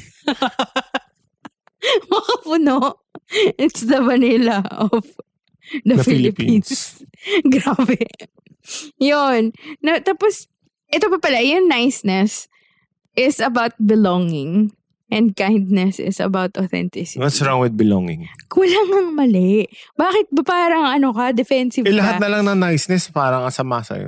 [SPEAKER 2] Makapuno. It's the vanilla of the,
[SPEAKER 1] The
[SPEAKER 2] Philippines.
[SPEAKER 1] Philippines.
[SPEAKER 2] Grabe. Yun. Na, tapos, ito pa pala, yung niceness is about belonging. and kindness is about authenticity.
[SPEAKER 1] What's wrong with belonging?
[SPEAKER 2] Kulang ang mali. Bakit ba parang ano ka, defensive
[SPEAKER 1] Eh,
[SPEAKER 2] ka?
[SPEAKER 1] lahat na lang ng niceness parang asama sa'yo.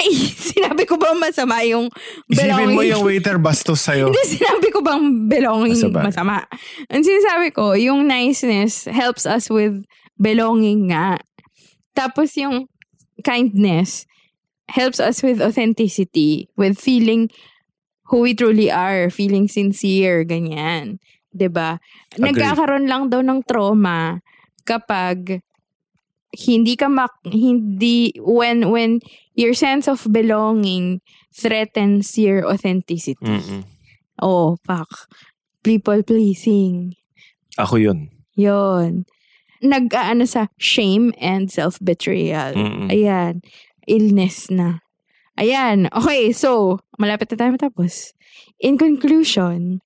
[SPEAKER 2] Eh, sinabi ko ba masama yung belonging?
[SPEAKER 1] Isipin mo yung waiter bastos sa'yo.
[SPEAKER 2] Hindi, sinabi ko bang belonging
[SPEAKER 1] Masama.
[SPEAKER 2] masama? Ang sinasabi ko, yung niceness helps us with belonging nga. Tapos yung kindness helps us with authenticity, with feeling who we truly are, feeling sincere, ganyan. 'Di ba?
[SPEAKER 1] Agree.
[SPEAKER 2] Nagkakaroon lang daw ng trauma kapag hindi ka mak- hindi when when your sense of belonging threatens your authenticity.
[SPEAKER 1] Mm-mm.
[SPEAKER 2] Oh, fuck. People pleasing.
[SPEAKER 1] Ako yun.
[SPEAKER 2] Yun. Nag-ano sa shame and self-betrayal.
[SPEAKER 1] Mm-mm.
[SPEAKER 2] Ayan. Illness na. Ayan. Okay, so, malapit na tayo matapos. In conclusion,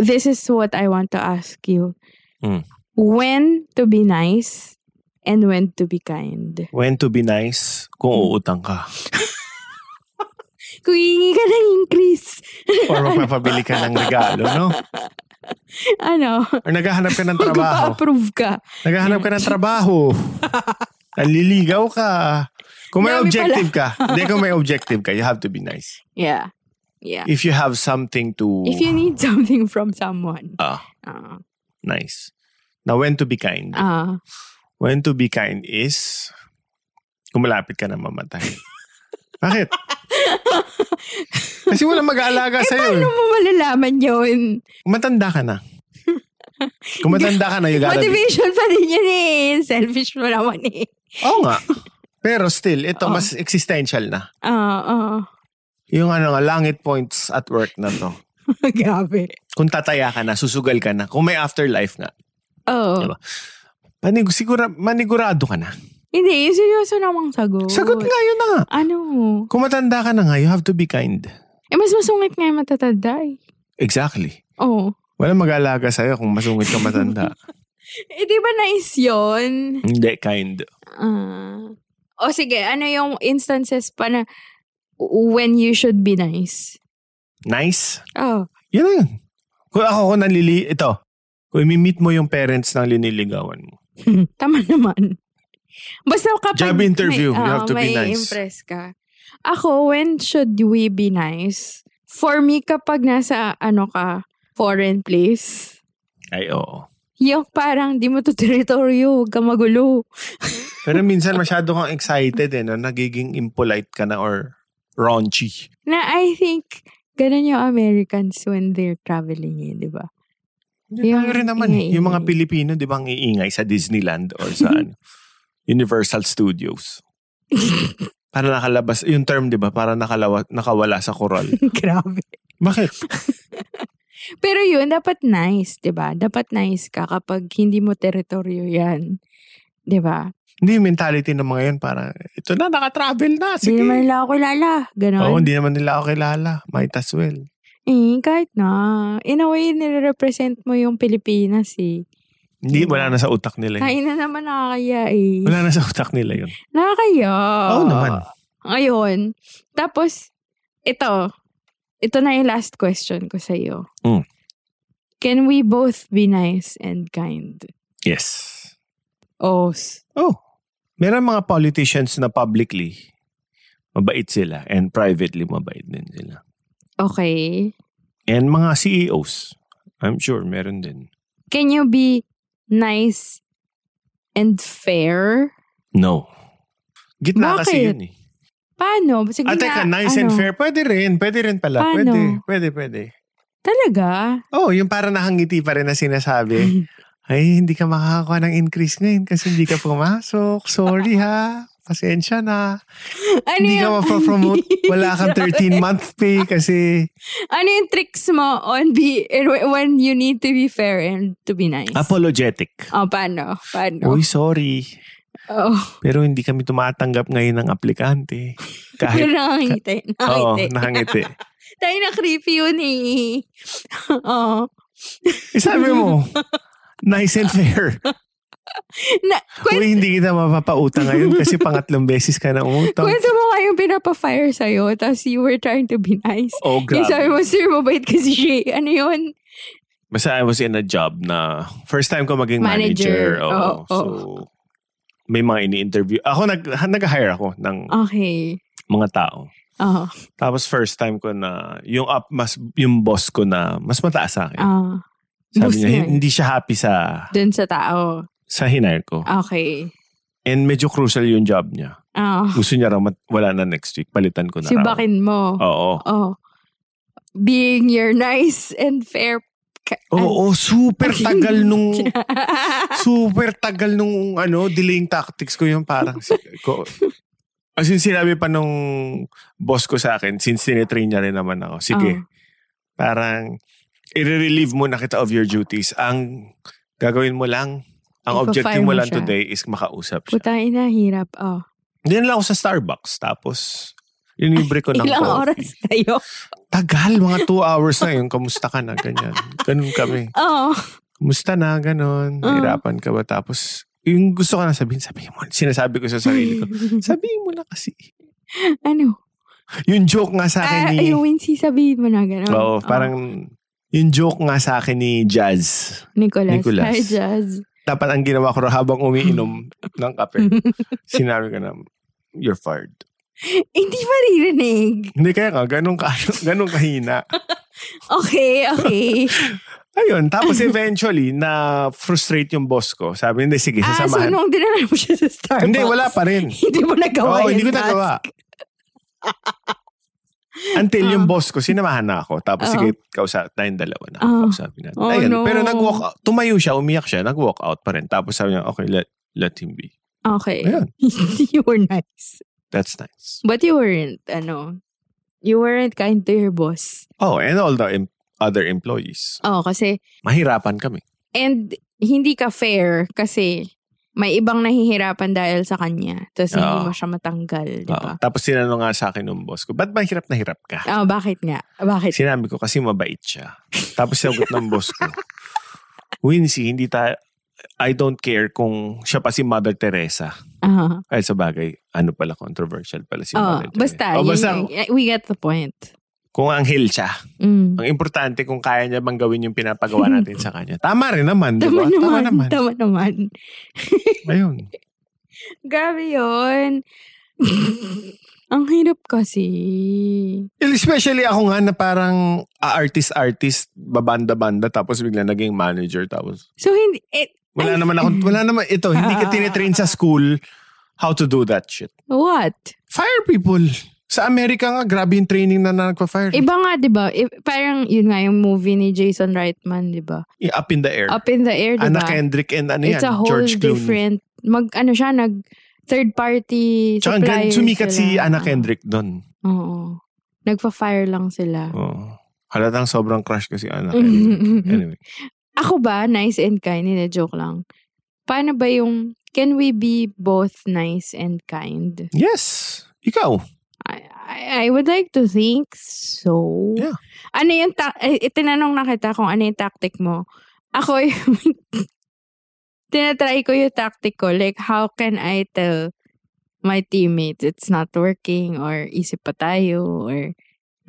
[SPEAKER 2] this is what I want to ask you.
[SPEAKER 1] Mm.
[SPEAKER 2] When to be nice and when to be kind?
[SPEAKER 1] When to be nice kung uutang ka.
[SPEAKER 2] Kung hihingi ka ng increase,
[SPEAKER 1] Or magpapabili ka ng regalo, no?
[SPEAKER 2] ano,
[SPEAKER 1] Or naghahanap ka ng trabaho.
[SPEAKER 2] magpa-approve ka.
[SPEAKER 1] Naghahanap ka ng trabaho. Naliligaw ka. Kung may
[SPEAKER 2] Marami
[SPEAKER 1] objective ka. Hindi, kung may objective ka, you have to be nice.
[SPEAKER 2] Yeah. Yeah.
[SPEAKER 1] If you have something to...
[SPEAKER 2] If you need something from someone.
[SPEAKER 1] Ah,
[SPEAKER 2] Ah.
[SPEAKER 1] nice. Now, when to be kind.
[SPEAKER 2] Ah.
[SPEAKER 1] When to be kind is... Kumalapit ka na mamatay. Bakit? Kasi walang mag-aalaga sa'yo. eh.
[SPEAKER 2] Paano mo malalaman yun?
[SPEAKER 1] Matanda ka na. Kung matanda ka na, you gotta be.
[SPEAKER 2] Motivation pa din yun eh. Selfish mo naman eh.
[SPEAKER 1] Oo nga. Pero still, ito
[SPEAKER 2] Oh.
[SPEAKER 1] mas existential na.
[SPEAKER 2] Oo.
[SPEAKER 1] Yung ano nga, langit points at work na to.
[SPEAKER 2] Grabe.
[SPEAKER 1] Kung tataya ka na, susugal ka na. Kung may afterlife nga.
[SPEAKER 2] Oo.
[SPEAKER 1] Diba? Manig- sigura, manigurado ka na.
[SPEAKER 2] Hindi, seryoso namang sagot.
[SPEAKER 1] Sagot nga, yun na nga.
[SPEAKER 2] Ano?
[SPEAKER 1] Kung matanda ka na nga, you have to be kind.
[SPEAKER 2] Eh, mas masungit nga yung matatanda eh.
[SPEAKER 1] Exactly.
[SPEAKER 2] Oo.
[SPEAKER 1] Walang mag-alaga sa'yo kung masungit ka matanda.
[SPEAKER 2] Eh, di ba nice yun?
[SPEAKER 1] Hindi, kind.
[SPEAKER 2] Ah. o sige, ano yung instances pa na when you should be nice?
[SPEAKER 1] Nice.
[SPEAKER 2] Oh.
[SPEAKER 1] Yun na yun. Kung ako, kung nanlili... Ito. Kung imi-meet mo yung parents ng liniligawan mo.
[SPEAKER 2] Tama naman. Basta kapag...
[SPEAKER 1] Job interview, you have
[SPEAKER 2] ah,
[SPEAKER 1] to be
[SPEAKER 2] may
[SPEAKER 1] nice.
[SPEAKER 2] impress ka. Ako, when should we be nice? For me, kapag nasa, ano ka, foreign place,
[SPEAKER 1] Ay, oo.
[SPEAKER 2] yung parang di mo to teritoryo, huwag ka magulo.
[SPEAKER 1] Pero minsan masyado kang excited eh, no? nagiging impolite ka na or raunchy.
[SPEAKER 2] Na I think, ganun yung Americans when they're traveling eh, di ba?
[SPEAKER 1] Yung,
[SPEAKER 2] Yung
[SPEAKER 1] rin naman eh.
[SPEAKER 2] ingay-ingay.
[SPEAKER 1] Yung mga Pilipino, di ba, ang iingay sa Disneyland or sa ano, Universal Studios. para nakalabas, yung term, di ba, para nakalawa, nakawala sa koral.
[SPEAKER 2] Grabe.
[SPEAKER 1] Bakit?
[SPEAKER 2] Pero yun, dapat nice, di ba? Dapat nice ka kapag hindi mo teritoryo yan. Di ba?
[SPEAKER 1] Hindi yung mentality ng mga yan, para ito na, nakatravel na,
[SPEAKER 2] Hindi
[SPEAKER 1] sige.
[SPEAKER 2] naman nila ako kilala. Ganun.
[SPEAKER 1] Oo, hindi naman nila ako kilala. Might as well.
[SPEAKER 2] Eh, kahit na. In a way, nire-represent mo yung Pilipinas eh.
[SPEAKER 1] Hindi, wala na sa utak nila yun.
[SPEAKER 2] Kain na naman nakakaya eh.
[SPEAKER 1] Wala na sa utak nila yun.
[SPEAKER 2] Nakakaya.
[SPEAKER 1] Oo naman.
[SPEAKER 2] Ayun. Tapos, ito. Ito na yung last question ko sa'yo.
[SPEAKER 1] Mm.
[SPEAKER 2] Can we both be nice and kind?
[SPEAKER 1] Yes.
[SPEAKER 2] Oh, s-
[SPEAKER 1] Oh. Meron mga politicians na publicly mabait sila and privately mabait din sila.
[SPEAKER 2] okay.
[SPEAKER 1] And mga CEOs, I'm sure meron din.
[SPEAKER 2] Can you be nice and fair?
[SPEAKER 1] No. Gitna kasi
[SPEAKER 2] Bakit?
[SPEAKER 1] yun eh.
[SPEAKER 2] Paano?
[SPEAKER 1] Ah,
[SPEAKER 2] Sige na,
[SPEAKER 1] teka, nice and
[SPEAKER 2] ano?
[SPEAKER 1] fair. Pwede rin. Pwede rin pala. Pwede.
[SPEAKER 2] Paano?
[SPEAKER 1] Pwede, pwede.
[SPEAKER 2] Talaga?
[SPEAKER 1] Oh, yung para nakangiti pa rin na sinasabi. Ay, hindi ka makakakuha ng increase ngayon kasi hindi ka pumasok. Sorry ha. Pasensya na.
[SPEAKER 2] Ano
[SPEAKER 1] hindi ka
[SPEAKER 2] yung-
[SPEAKER 1] mapapromote. Wala kang 13-month pay kasi
[SPEAKER 2] Ano yung tricks mo on be when you need to be fair and to be nice?
[SPEAKER 1] apologetic.
[SPEAKER 2] Oh, paano? Paano?
[SPEAKER 1] Uy, sorry.
[SPEAKER 2] oh,
[SPEAKER 1] Pero hindi kami tumatanggap ngayon ng aplikante.
[SPEAKER 2] pero
[SPEAKER 1] Kahit,
[SPEAKER 2] nakangiti.
[SPEAKER 1] oo,
[SPEAKER 2] Nakangiti.
[SPEAKER 1] nakangiti.
[SPEAKER 2] Tayo na creepy yun eh. Oh. Oo.
[SPEAKER 1] Eh, sabi mo, nice and fair.
[SPEAKER 2] Na, kwen-
[SPEAKER 1] Uy, hindi kita mapapautang ngayon kasi pangatlong beses ka na umutang.
[SPEAKER 2] kwento mo nga yung pinapa-fire sa'yo tapos you were trying to be nice.
[SPEAKER 1] Oh,
[SPEAKER 2] Yung sabi
[SPEAKER 1] grabe.
[SPEAKER 2] mo, sir, mabait kasi siya. eh." Ano yun?
[SPEAKER 1] Basta I was in a job na first time ko maging
[SPEAKER 2] Manager.
[SPEAKER 1] manager. Oo.
[SPEAKER 2] Oo, oo.
[SPEAKER 1] So, may mga ini-interview. Ako, nag, ha- nag-hire ako ng
[SPEAKER 2] Ah. Okay. Oh,
[SPEAKER 1] mga tao.
[SPEAKER 2] Oo.
[SPEAKER 1] Tapos first time ko na, yung up, mas, yung boss ko na, mas mataas sa akin.
[SPEAKER 2] Ah.
[SPEAKER 1] Sabi
[SPEAKER 2] boss
[SPEAKER 1] niya,
[SPEAKER 2] niya eh.
[SPEAKER 1] hindi siya happy sa,
[SPEAKER 2] Dun sa tao.
[SPEAKER 1] sa hinire ko.
[SPEAKER 2] Ah. Okay.
[SPEAKER 1] And medyo crucial yung job niya.
[SPEAKER 2] Ah.
[SPEAKER 1] Gusto niya raw, mat- wala na next week. Palitan ko na raw.
[SPEAKER 2] Sibakin mo.
[SPEAKER 1] Oo.
[SPEAKER 2] Oh. Being your nice and fair. ka-
[SPEAKER 1] Oo, super tagal nung
[SPEAKER 2] an-
[SPEAKER 1] super tagal nung ano, delaying tactics ko yung parang si- ko. As in, sinabi pa nung boss ko sa akin, since tinetrain niya rin naman ako, sige,
[SPEAKER 2] Oo.
[SPEAKER 1] parang i-relieve mo na kita of your duties. Ang gagawin mo lang, ang
[SPEAKER 2] Ipa-fire
[SPEAKER 1] objective mo
[SPEAKER 2] mo
[SPEAKER 1] lang
[SPEAKER 2] siya.
[SPEAKER 1] today is makausap siya.
[SPEAKER 2] Putang ina, hirap. Oh.
[SPEAKER 1] Diyan lang ako sa Starbucks. Tapos, inilibre ko ng
[SPEAKER 2] Ilang
[SPEAKER 1] coffee.
[SPEAKER 2] oras kayo?
[SPEAKER 1] Tagal, mga two hours na yun. Kamusta ka na? Ganyan. Ganun kami.
[SPEAKER 2] Oh.
[SPEAKER 1] Musta na, ganun.
[SPEAKER 2] Ah.
[SPEAKER 1] Nahirapan ka ba? Tapos, yung gusto ka na sabihin, sabihin mo. Sinasabi ko sa sarili ko, sabihin mo na kasi.
[SPEAKER 2] ano?
[SPEAKER 1] Yung joke nga sa akin
[SPEAKER 2] Ah,
[SPEAKER 1] ni...
[SPEAKER 2] yung Wincy, sabihin mo na gano'n.
[SPEAKER 1] Oo,
[SPEAKER 2] Oh,
[SPEAKER 1] parang... Yung joke nga sa akin ni Jazz.
[SPEAKER 2] Nicolas.
[SPEAKER 1] Nicolas.
[SPEAKER 2] Hi, Jazz.
[SPEAKER 1] Dapat ang ginawa ko habang umiinom ng kape, sinabi ko na, you're fired.
[SPEAKER 2] Hindi maririnig.
[SPEAKER 1] Hindi kaya nga, ganun, ka, ganun kahina.
[SPEAKER 2] Okay, okay.
[SPEAKER 1] Ayun, tapos eventually, na-frustrate yung boss ko. Sabi, hindi, sige,
[SPEAKER 2] ah, so
[SPEAKER 1] sasamahan.
[SPEAKER 2] nung dinala mo siya sa Starbucks.
[SPEAKER 1] hindi, wala pa rin.
[SPEAKER 2] hindi mo nagawa
[SPEAKER 1] Oo,
[SPEAKER 2] yung
[SPEAKER 1] hindi ko
[SPEAKER 2] task.
[SPEAKER 1] nagawa. Until yung
[SPEAKER 2] Ah.
[SPEAKER 1] boss ko, sinamahan na ako. Tapos
[SPEAKER 2] Oo.
[SPEAKER 1] sige, kausa, tayong dalawa na.
[SPEAKER 2] Oo.
[SPEAKER 1] Kausapin natin.
[SPEAKER 2] Ah. Oh,
[SPEAKER 1] Ayun,
[SPEAKER 2] no.
[SPEAKER 1] Pero nag-walk out. Tumayo siya, umiyak siya. Nag-walk out pa rin. Tapos sabi niya, okay, let, let him be.
[SPEAKER 2] Okay.
[SPEAKER 1] Ayun.
[SPEAKER 2] you were nice.
[SPEAKER 1] That's nice.
[SPEAKER 2] But you weren't, ano, you weren't kind to your boss.
[SPEAKER 1] Oh, and all the em- other employees.
[SPEAKER 2] Oo, kasi,
[SPEAKER 1] Mahirapan kami.
[SPEAKER 2] and hindi ka fair kasi may ibang nahihirapan dahil sa kanya. Tapos hindi
[SPEAKER 1] Oo.
[SPEAKER 2] mo siya matanggal, di
[SPEAKER 1] Oo.
[SPEAKER 2] ba?
[SPEAKER 1] Tapos sinanong nga sa akin ng boss ko, ba't mahirap na hirap ka?
[SPEAKER 2] Oh, bakit nga? Bakit?
[SPEAKER 1] Sinabi ko kasi mabait siya. Tapos sagot ng boss ko, Wincy, hindi ta I don't care kung siya pa si Mother Teresa.
[SPEAKER 2] Ah,
[SPEAKER 1] Ay, sa bagay, ano pala, controversial pala si
[SPEAKER 2] oh,
[SPEAKER 1] Mother Teresa.
[SPEAKER 2] basta.
[SPEAKER 1] Oh,
[SPEAKER 2] yun eh.
[SPEAKER 1] basta
[SPEAKER 2] nga. we get the point.
[SPEAKER 1] kung anghel siya.
[SPEAKER 2] Mm.
[SPEAKER 1] Ang importante kung kaya niya bang gawin yung pinapagawa natin sa kanya. Tama rin naman, di ba?
[SPEAKER 2] Tama naman.
[SPEAKER 1] Tama naman.
[SPEAKER 2] Tama naman.
[SPEAKER 1] Ayun.
[SPEAKER 2] Grabe yun. Ang hirap kasi.
[SPEAKER 1] Especially ako nga na parang ah, artist-artist, babanda-banda, tapos bigla naging manager, tapos
[SPEAKER 2] So, hindi, eh,
[SPEAKER 1] wala
[SPEAKER 2] Ay. Ah.
[SPEAKER 1] naman ako, wala naman, ito, hindi ka tinitrain sa school how to do that shit.
[SPEAKER 2] what?
[SPEAKER 1] Fire people. Sa Amerika nga, grabe yung training na nagpa-fire.
[SPEAKER 2] Iba nga, di ba? I- parang, yun nga, yung movie ni Jason Reitman, di ba?
[SPEAKER 1] I- Up in the air.
[SPEAKER 2] Up in the air, di
[SPEAKER 1] Anna
[SPEAKER 2] ba?
[SPEAKER 1] Kendrick and ano
[SPEAKER 2] It's
[SPEAKER 1] yan,
[SPEAKER 2] a whole
[SPEAKER 1] George Clooney.
[SPEAKER 2] different, mag, ano siya, nag, third party
[SPEAKER 1] Tsaka gan-
[SPEAKER 2] supplier
[SPEAKER 1] sumikat
[SPEAKER 2] sila.
[SPEAKER 1] si Anna Kendrick doon.
[SPEAKER 2] Oo. Nagpa-fire lang sila.
[SPEAKER 1] Oo. Halatang sobrang crush ko si Anna Kendrick. Anyway.
[SPEAKER 2] Ako ba, nice and kind? Hindi, joke lang. Paano ba yung, can we be both nice and kind?
[SPEAKER 1] Yes. Ikaw.
[SPEAKER 2] I, I, I would like to think so.
[SPEAKER 1] Yeah.
[SPEAKER 2] Ano yung, ta- eh, itinanong na kita kung ano yung tactic mo. Ako yung, tinatry ko yung tactic ko. Like, how can I tell my teammates it's not working or isip pa tayo or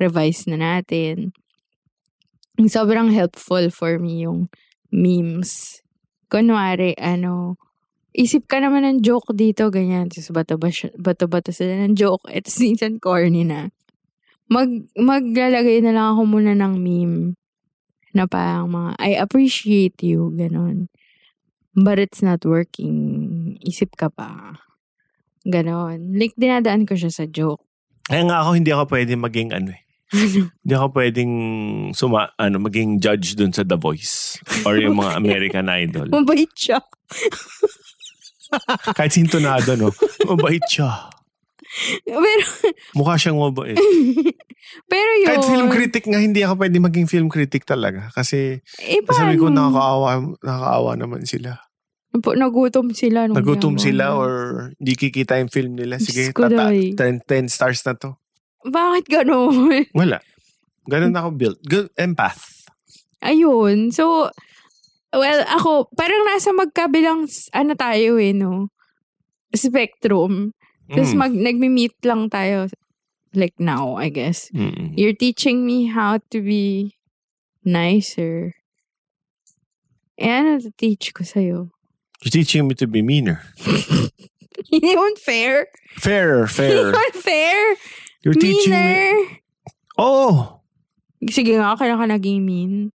[SPEAKER 2] revise na natin. Sobrang helpful for me yung memes. Kunwari, ano, isip ka naman ng joke dito, ganyan. Tapos bato-ba siya- bato-bato sila ng joke. Ito minsan corny na. Mag, maglalagay na lang ako muna ng meme na parang mga, I appreciate you, ganon. But it's not working. Isip ka pa. Ganon. Like, dinadaan ko siya sa joke.
[SPEAKER 1] Kaya nga ako, hindi ako pwedeng maging ano eh. hindi ako pwedeng suma, ano, maging judge dun sa The Voice or yung mga American Idol.
[SPEAKER 2] Mabait siya.
[SPEAKER 1] Kahit sintonado, no? Mabait siya.
[SPEAKER 2] Pero,
[SPEAKER 1] Mukha siyang mabait.
[SPEAKER 2] pero yun.
[SPEAKER 1] Kahit film critic nga, hindi ako pwedeng maging film critic talaga. Kasi
[SPEAKER 2] Eh,
[SPEAKER 1] sabi ko,
[SPEAKER 2] paano?
[SPEAKER 1] nakakaawa, nakakaawa naman sila.
[SPEAKER 2] Napo- Nagutom sila. Nung
[SPEAKER 1] Nagutom
[SPEAKER 2] ginawa
[SPEAKER 1] sila
[SPEAKER 2] niya.
[SPEAKER 1] or hindi kikita yung film nila. Sige,
[SPEAKER 2] Diyos ko,
[SPEAKER 1] tata, 10,
[SPEAKER 2] Day.
[SPEAKER 1] 10 stars na to.
[SPEAKER 2] Bakit ganun?
[SPEAKER 1] Wala. Ganun
[SPEAKER 2] Hmm.
[SPEAKER 1] ako built. Good empath.
[SPEAKER 2] Ayun. So, well, ako, parang nasa magkabilang, s- ano tayo eh, no? Spectrum. Tapos
[SPEAKER 1] Mm.
[SPEAKER 2] mag, nagme-meet lang tayo. Like now, I guess.
[SPEAKER 1] Mm-mm.
[SPEAKER 2] You're teaching me how to be nicer. Eh, ano teach ko sa'yo?
[SPEAKER 1] You're teaching me to be meaner.
[SPEAKER 2] Hindi yun fair.
[SPEAKER 1] Fairer, fairer.
[SPEAKER 2] Unfair.
[SPEAKER 1] You're teaching me.
[SPEAKER 2] Meaner.
[SPEAKER 1] Oh,
[SPEAKER 2] Sige nga, kaya ka naging mean.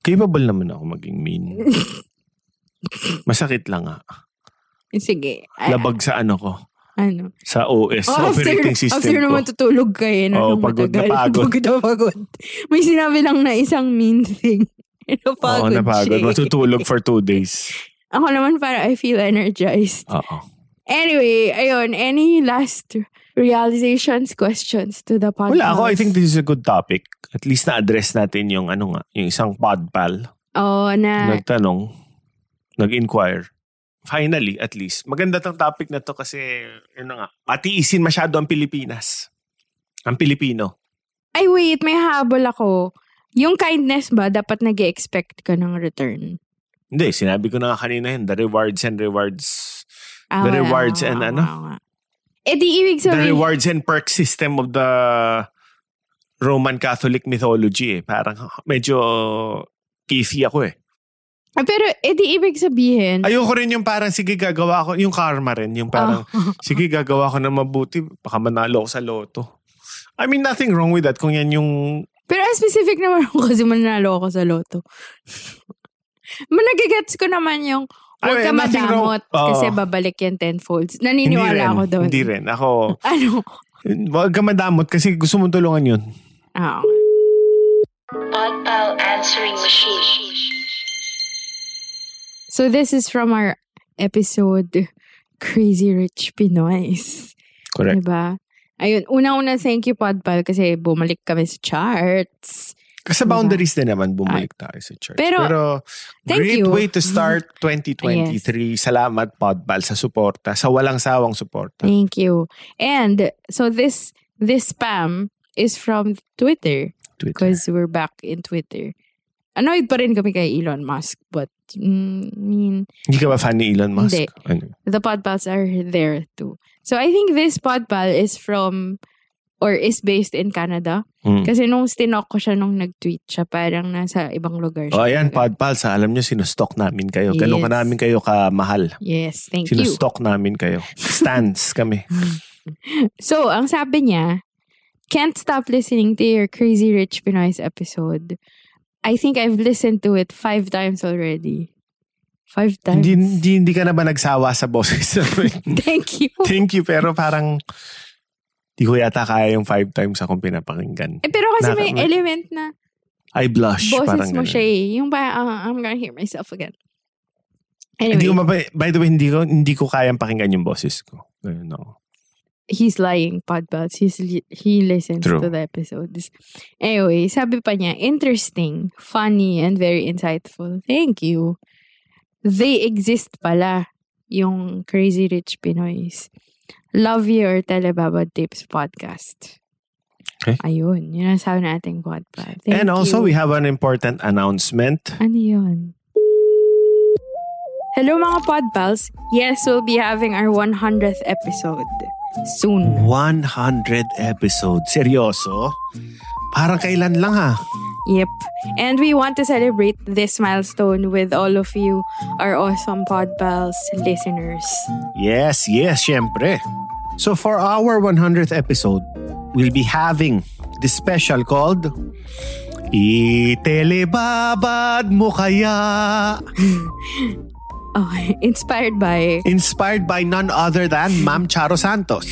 [SPEAKER 1] capable naman ako maging mean. Masakit lang ah.
[SPEAKER 2] Sige. Ah,
[SPEAKER 1] Labag sa ano ko.
[SPEAKER 2] ano?
[SPEAKER 1] Sa OS,
[SPEAKER 2] Oh,
[SPEAKER 1] sa
[SPEAKER 2] after,
[SPEAKER 1] operating system
[SPEAKER 2] after
[SPEAKER 1] ko.
[SPEAKER 2] naman tutulog kayo na
[SPEAKER 1] Oo,
[SPEAKER 2] nung
[SPEAKER 1] pagod na
[SPEAKER 2] matagal.
[SPEAKER 1] pagod.
[SPEAKER 2] Pagod na pagod. May sinabi lang na isang mean thing.
[SPEAKER 1] Oo,
[SPEAKER 2] Napagod
[SPEAKER 1] napagod.
[SPEAKER 2] siya. eh.
[SPEAKER 1] Matutulog for two days.
[SPEAKER 2] Ako naman para I feel energized.
[SPEAKER 1] Oo.
[SPEAKER 2] Anyway, ayun, any last realizations, questions to the podcast?
[SPEAKER 1] Wala ako. I think this is a good topic. At least na-address natin yung ano nga, yung isang pod pal.
[SPEAKER 2] Oo, na,
[SPEAKER 1] nagtanong, nag-inquire. Finally, at least. Maganda tong topic na to kasi, yun na nga, patiisin masyado ang Pilipinas. Ang Pilipino.
[SPEAKER 2] ay wait, may habol ako. Yung kindness ba, dapat nag expect ka ng return?
[SPEAKER 1] Hindi, sinabi ko na nga kanina yun, the rewards and rewards,
[SPEAKER 2] Ah,
[SPEAKER 1] the
[SPEAKER 2] wala,
[SPEAKER 1] rewards
[SPEAKER 2] wala,
[SPEAKER 1] and
[SPEAKER 2] wala,
[SPEAKER 1] ano,
[SPEAKER 2] wala. Eh di ibig
[SPEAKER 1] the
[SPEAKER 2] sabihin,
[SPEAKER 1] rewards and perk system of the Roman Catholic mythology eh. Parang medyo kithy ako eh.
[SPEAKER 2] Ah, pero eh di ibig sabihin,
[SPEAKER 1] Ayoko rin yung parang, sige gagawa ko, yung karma rin, yung parang, sige gagawa ko na mabuti, baka manalo ako sa loto. I mean, nothing wrong with that kung yan yung,
[SPEAKER 2] pero ang specific naman ako kasi manalo ako sa loto. Managagets ko naman yung huwag
[SPEAKER 1] Ay,
[SPEAKER 2] ka
[SPEAKER 1] nothing wrong.
[SPEAKER 2] madamot kasi
[SPEAKER 1] Oo.
[SPEAKER 2] babalik yung tenfolds.
[SPEAKER 1] hindi
[SPEAKER 2] Naniniwala
[SPEAKER 1] rin,
[SPEAKER 2] ako doon.
[SPEAKER 1] hindi rin. Ako,
[SPEAKER 2] Ano?
[SPEAKER 1] wag ka madamot kasi gusto mong tulungan yun.
[SPEAKER 2] Ah,
[SPEAKER 5] Podpal answering machine.
[SPEAKER 2] So this is from our episode Crazy Rich Pinoys.
[SPEAKER 1] Correct.
[SPEAKER 2] Diba? Ayun, una-una thank you Podpal kasi bumalik kami sa charts.
[SPEAKER 1] Kasi boundaries din naman, bumalik tayo sa church.
[SPEAKER 2] Diba? Ah. Pero- Thank
[SPEAKER 1] great
[SPEAKER 2] you. Mm-hmm.
[SPEAKER 1] way to start 2023. Salamat, Podbal, sa suporta, sa walang sawang suporta.
[SPEAKER 2] Thank you. And so this this spam is from Twitter
[SPEAKER 1] Twitter.
[SPEAKER 2] because we're back in Twitter. Annoyed pa rin kami kay Elon Musk but mm, I mean
[SPEAKER 1] Hindi ka ba fan ni Elon Musk?
[SPEAKER 2] Hindi.
[SPEAKER 1] Ano?
[SPEAKER 2] the podpals are there too. So I think this podpal is from or is based in Canada.
[SPEAKER 1] Mm.
[SPEAKER 2] Kasi nung stinok ko siya nung nag-tweet siya, parang nasa ibang lugar siya.
[SPEAKER 1] O Oh, ayan,
[SPEAKER 2] talaga.
[SPEAKER 1] Podpal, sa alam nyo, sinustock namin kayo. Ganun ka
[SPEAKER 2] Yes.
[SPEAKER 1] namin kayo kamahal.
[SPEAKER 2] Yes, thank you.
[SPEAKER 1] Sinustock namin kayo. Stands kami.
[SPEAKER 2] So, ang sabi niya, can't stop listening to your Crazy Rich Pinoy's episode. I think I've listened to it five times already. Five times.
[SPEAKER 1] hindi, hindi, hindi ka na ba nagsawa sa boses?
[SPEAKER 2] Thank you.
[SPEAKER 1] Thank you, pero parang di ko yata kaya yung five times akong pinapakinggan.
[SPEAKER 2] Eh, pero kasi may
[SPEAKER 1] Nakaka-
[SPEAKER 2] element na
[SPEAKER 1] I blush. parang
[SPEAKER 2] boses mo
[SPEAKER 1] ganun.
[SPEAKER 2] siya eh. Yung ba, ah, I'm gonna hear myself again.
[SPEAKER 1] Hindi Eh, ko
[SPEAKER 2] Anyway,
[SPEAKER 1] mapa- by the way, hindi ko, hindi ko kayang pakinggan yung boses ko. Ganun ako.
[SPEAKER 2] he's lying, Podbelts. He's li- he listens
[SPEAKER 1] True.
[SPEAKER 2] to the episodes. Anyway, sabi pa niya, interesting, funny, and very insightful. Thank you. They exist pala, yung Crazy Rich Pinoys. Love your Telebabad Tapes podcast.
[SPEAKER 1] Okay.
[SPEAKER 2] Ayun, yun ang sabi nating podcast. Thank
[SPEAKER 1] And also, we
[SPEAKER 2] you.
[SPEAKER 1] have an important announcement.
[SPEAKER 2] Ano yun? Hello mga podpals! Yes, we'll be having our 100th episode soon.
[SPEAKER 1] 100 episodes. Seryoso? Parang kailan lang ha?
[SPEAKER 2] Yep. And we want to celebrate this milestone with all of you, our awesome Pod Pals listeners.
[SPEAKER 1] Yes, yes, syempre. So for our 100th episode, we'll be having this special called Itelebabad Mo Kaya
[SPEAKER 2] Oh, inspired by
[SPEAKER 1] Inspired by none other than Ma'am Charo Santos.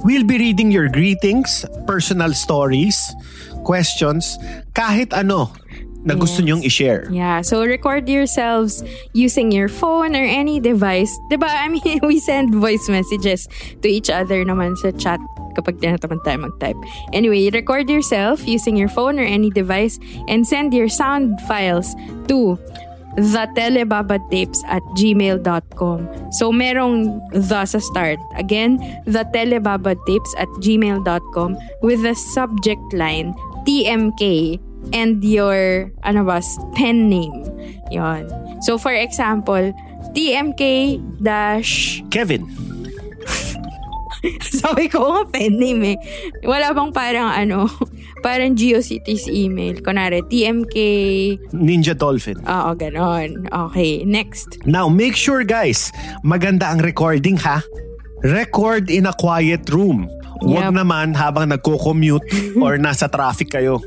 [SPEAKER 1] We'll be reading your greetings, personal stories, questions, kahit ano na gusto nyong i-share.
[SPEAKER 2] yeah. So record yourselves using your phone or any device. 'Di ba? I mean, we send voice messages to each other naman sa chat kapag tinataman tayo mag-type. Anyway, record yourself using your phone or any device and send your sound files to thelebabadtapes at gmail.com. So, merong the sa start. Again, thelebabadtapes at gmail.com with the subject line TMK and your ano ba, pen name. Yon. So, for example, TMK dash
[SPEAKER 1] Kevin,
[SPEAKER 2] sabi ko nga pen name eh. Wala bang parang ano, parang GeoCities email. Kunwari, TMK,
[SPEAKER 1] Ninja Dolphin.
[SPEAKER 2] oo, ganon. Okay, next.
[SPEAKER 1] Now, make sure guys, maganda ang recording ha. Record in a quiet room. Huwag
[SPEAKER 2] Yep.
[SPEAKER 1] naman habang nagko-commute or nasa traffic kayo.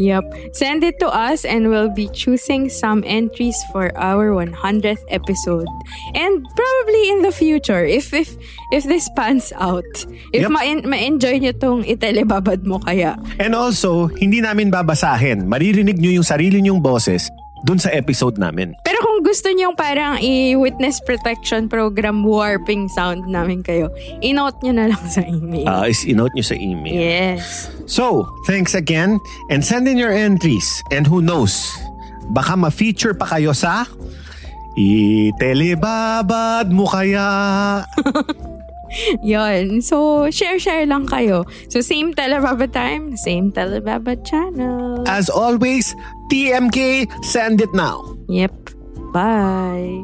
[SPEAKER 2] Yep. Send it to us and we'll be choosing some entries for our 100th episode. And probably in the future, if if if this pans out. If
[SPEAKER 1] Yep.
[SPEAKER 2] ma- ma-enjoy nyo tong itelebabad mo kaya.
[SPEAKER 1] And also, hindi namin babasahin. Maririnig nyo yung sarili nyong boses dun sa episode namin.
[SPEAKER 2] Pero kung gusto nyo parang i-witness protection program warping sound namin kayo, inote nyo na lang sa email.
[SPEAKER 1] Ah, is inote nyo sa email.
[SPEAKER 2] yes.
[SPEAKER 1] So, thanks again and send in your entries. And who knows, baka ma-feature pa kayo sa Itelebabad mo kaya.
[SPEAKER 2] Yon. So, share-share lang kayo. So, same Telebaba time, same Telebaba channel.
[SPEAKER 1] As always, TMK, send it now.
[SPEAKER 2] Yep. Bye.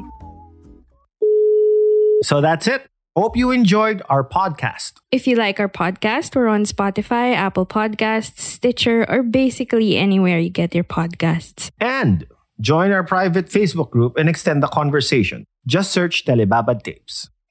[SPEAKER 1] So that's it. Hope you enjoyed our podcast.
[SPEAKER 2] If you like our podcast, we're on Spotify, Apple Podcasts, Stitcher, or basically anywhere you get your podcasts.
[SPEAKER 1] And join our private Facebook group and extend the conversation. Just search Telebabad Tapes.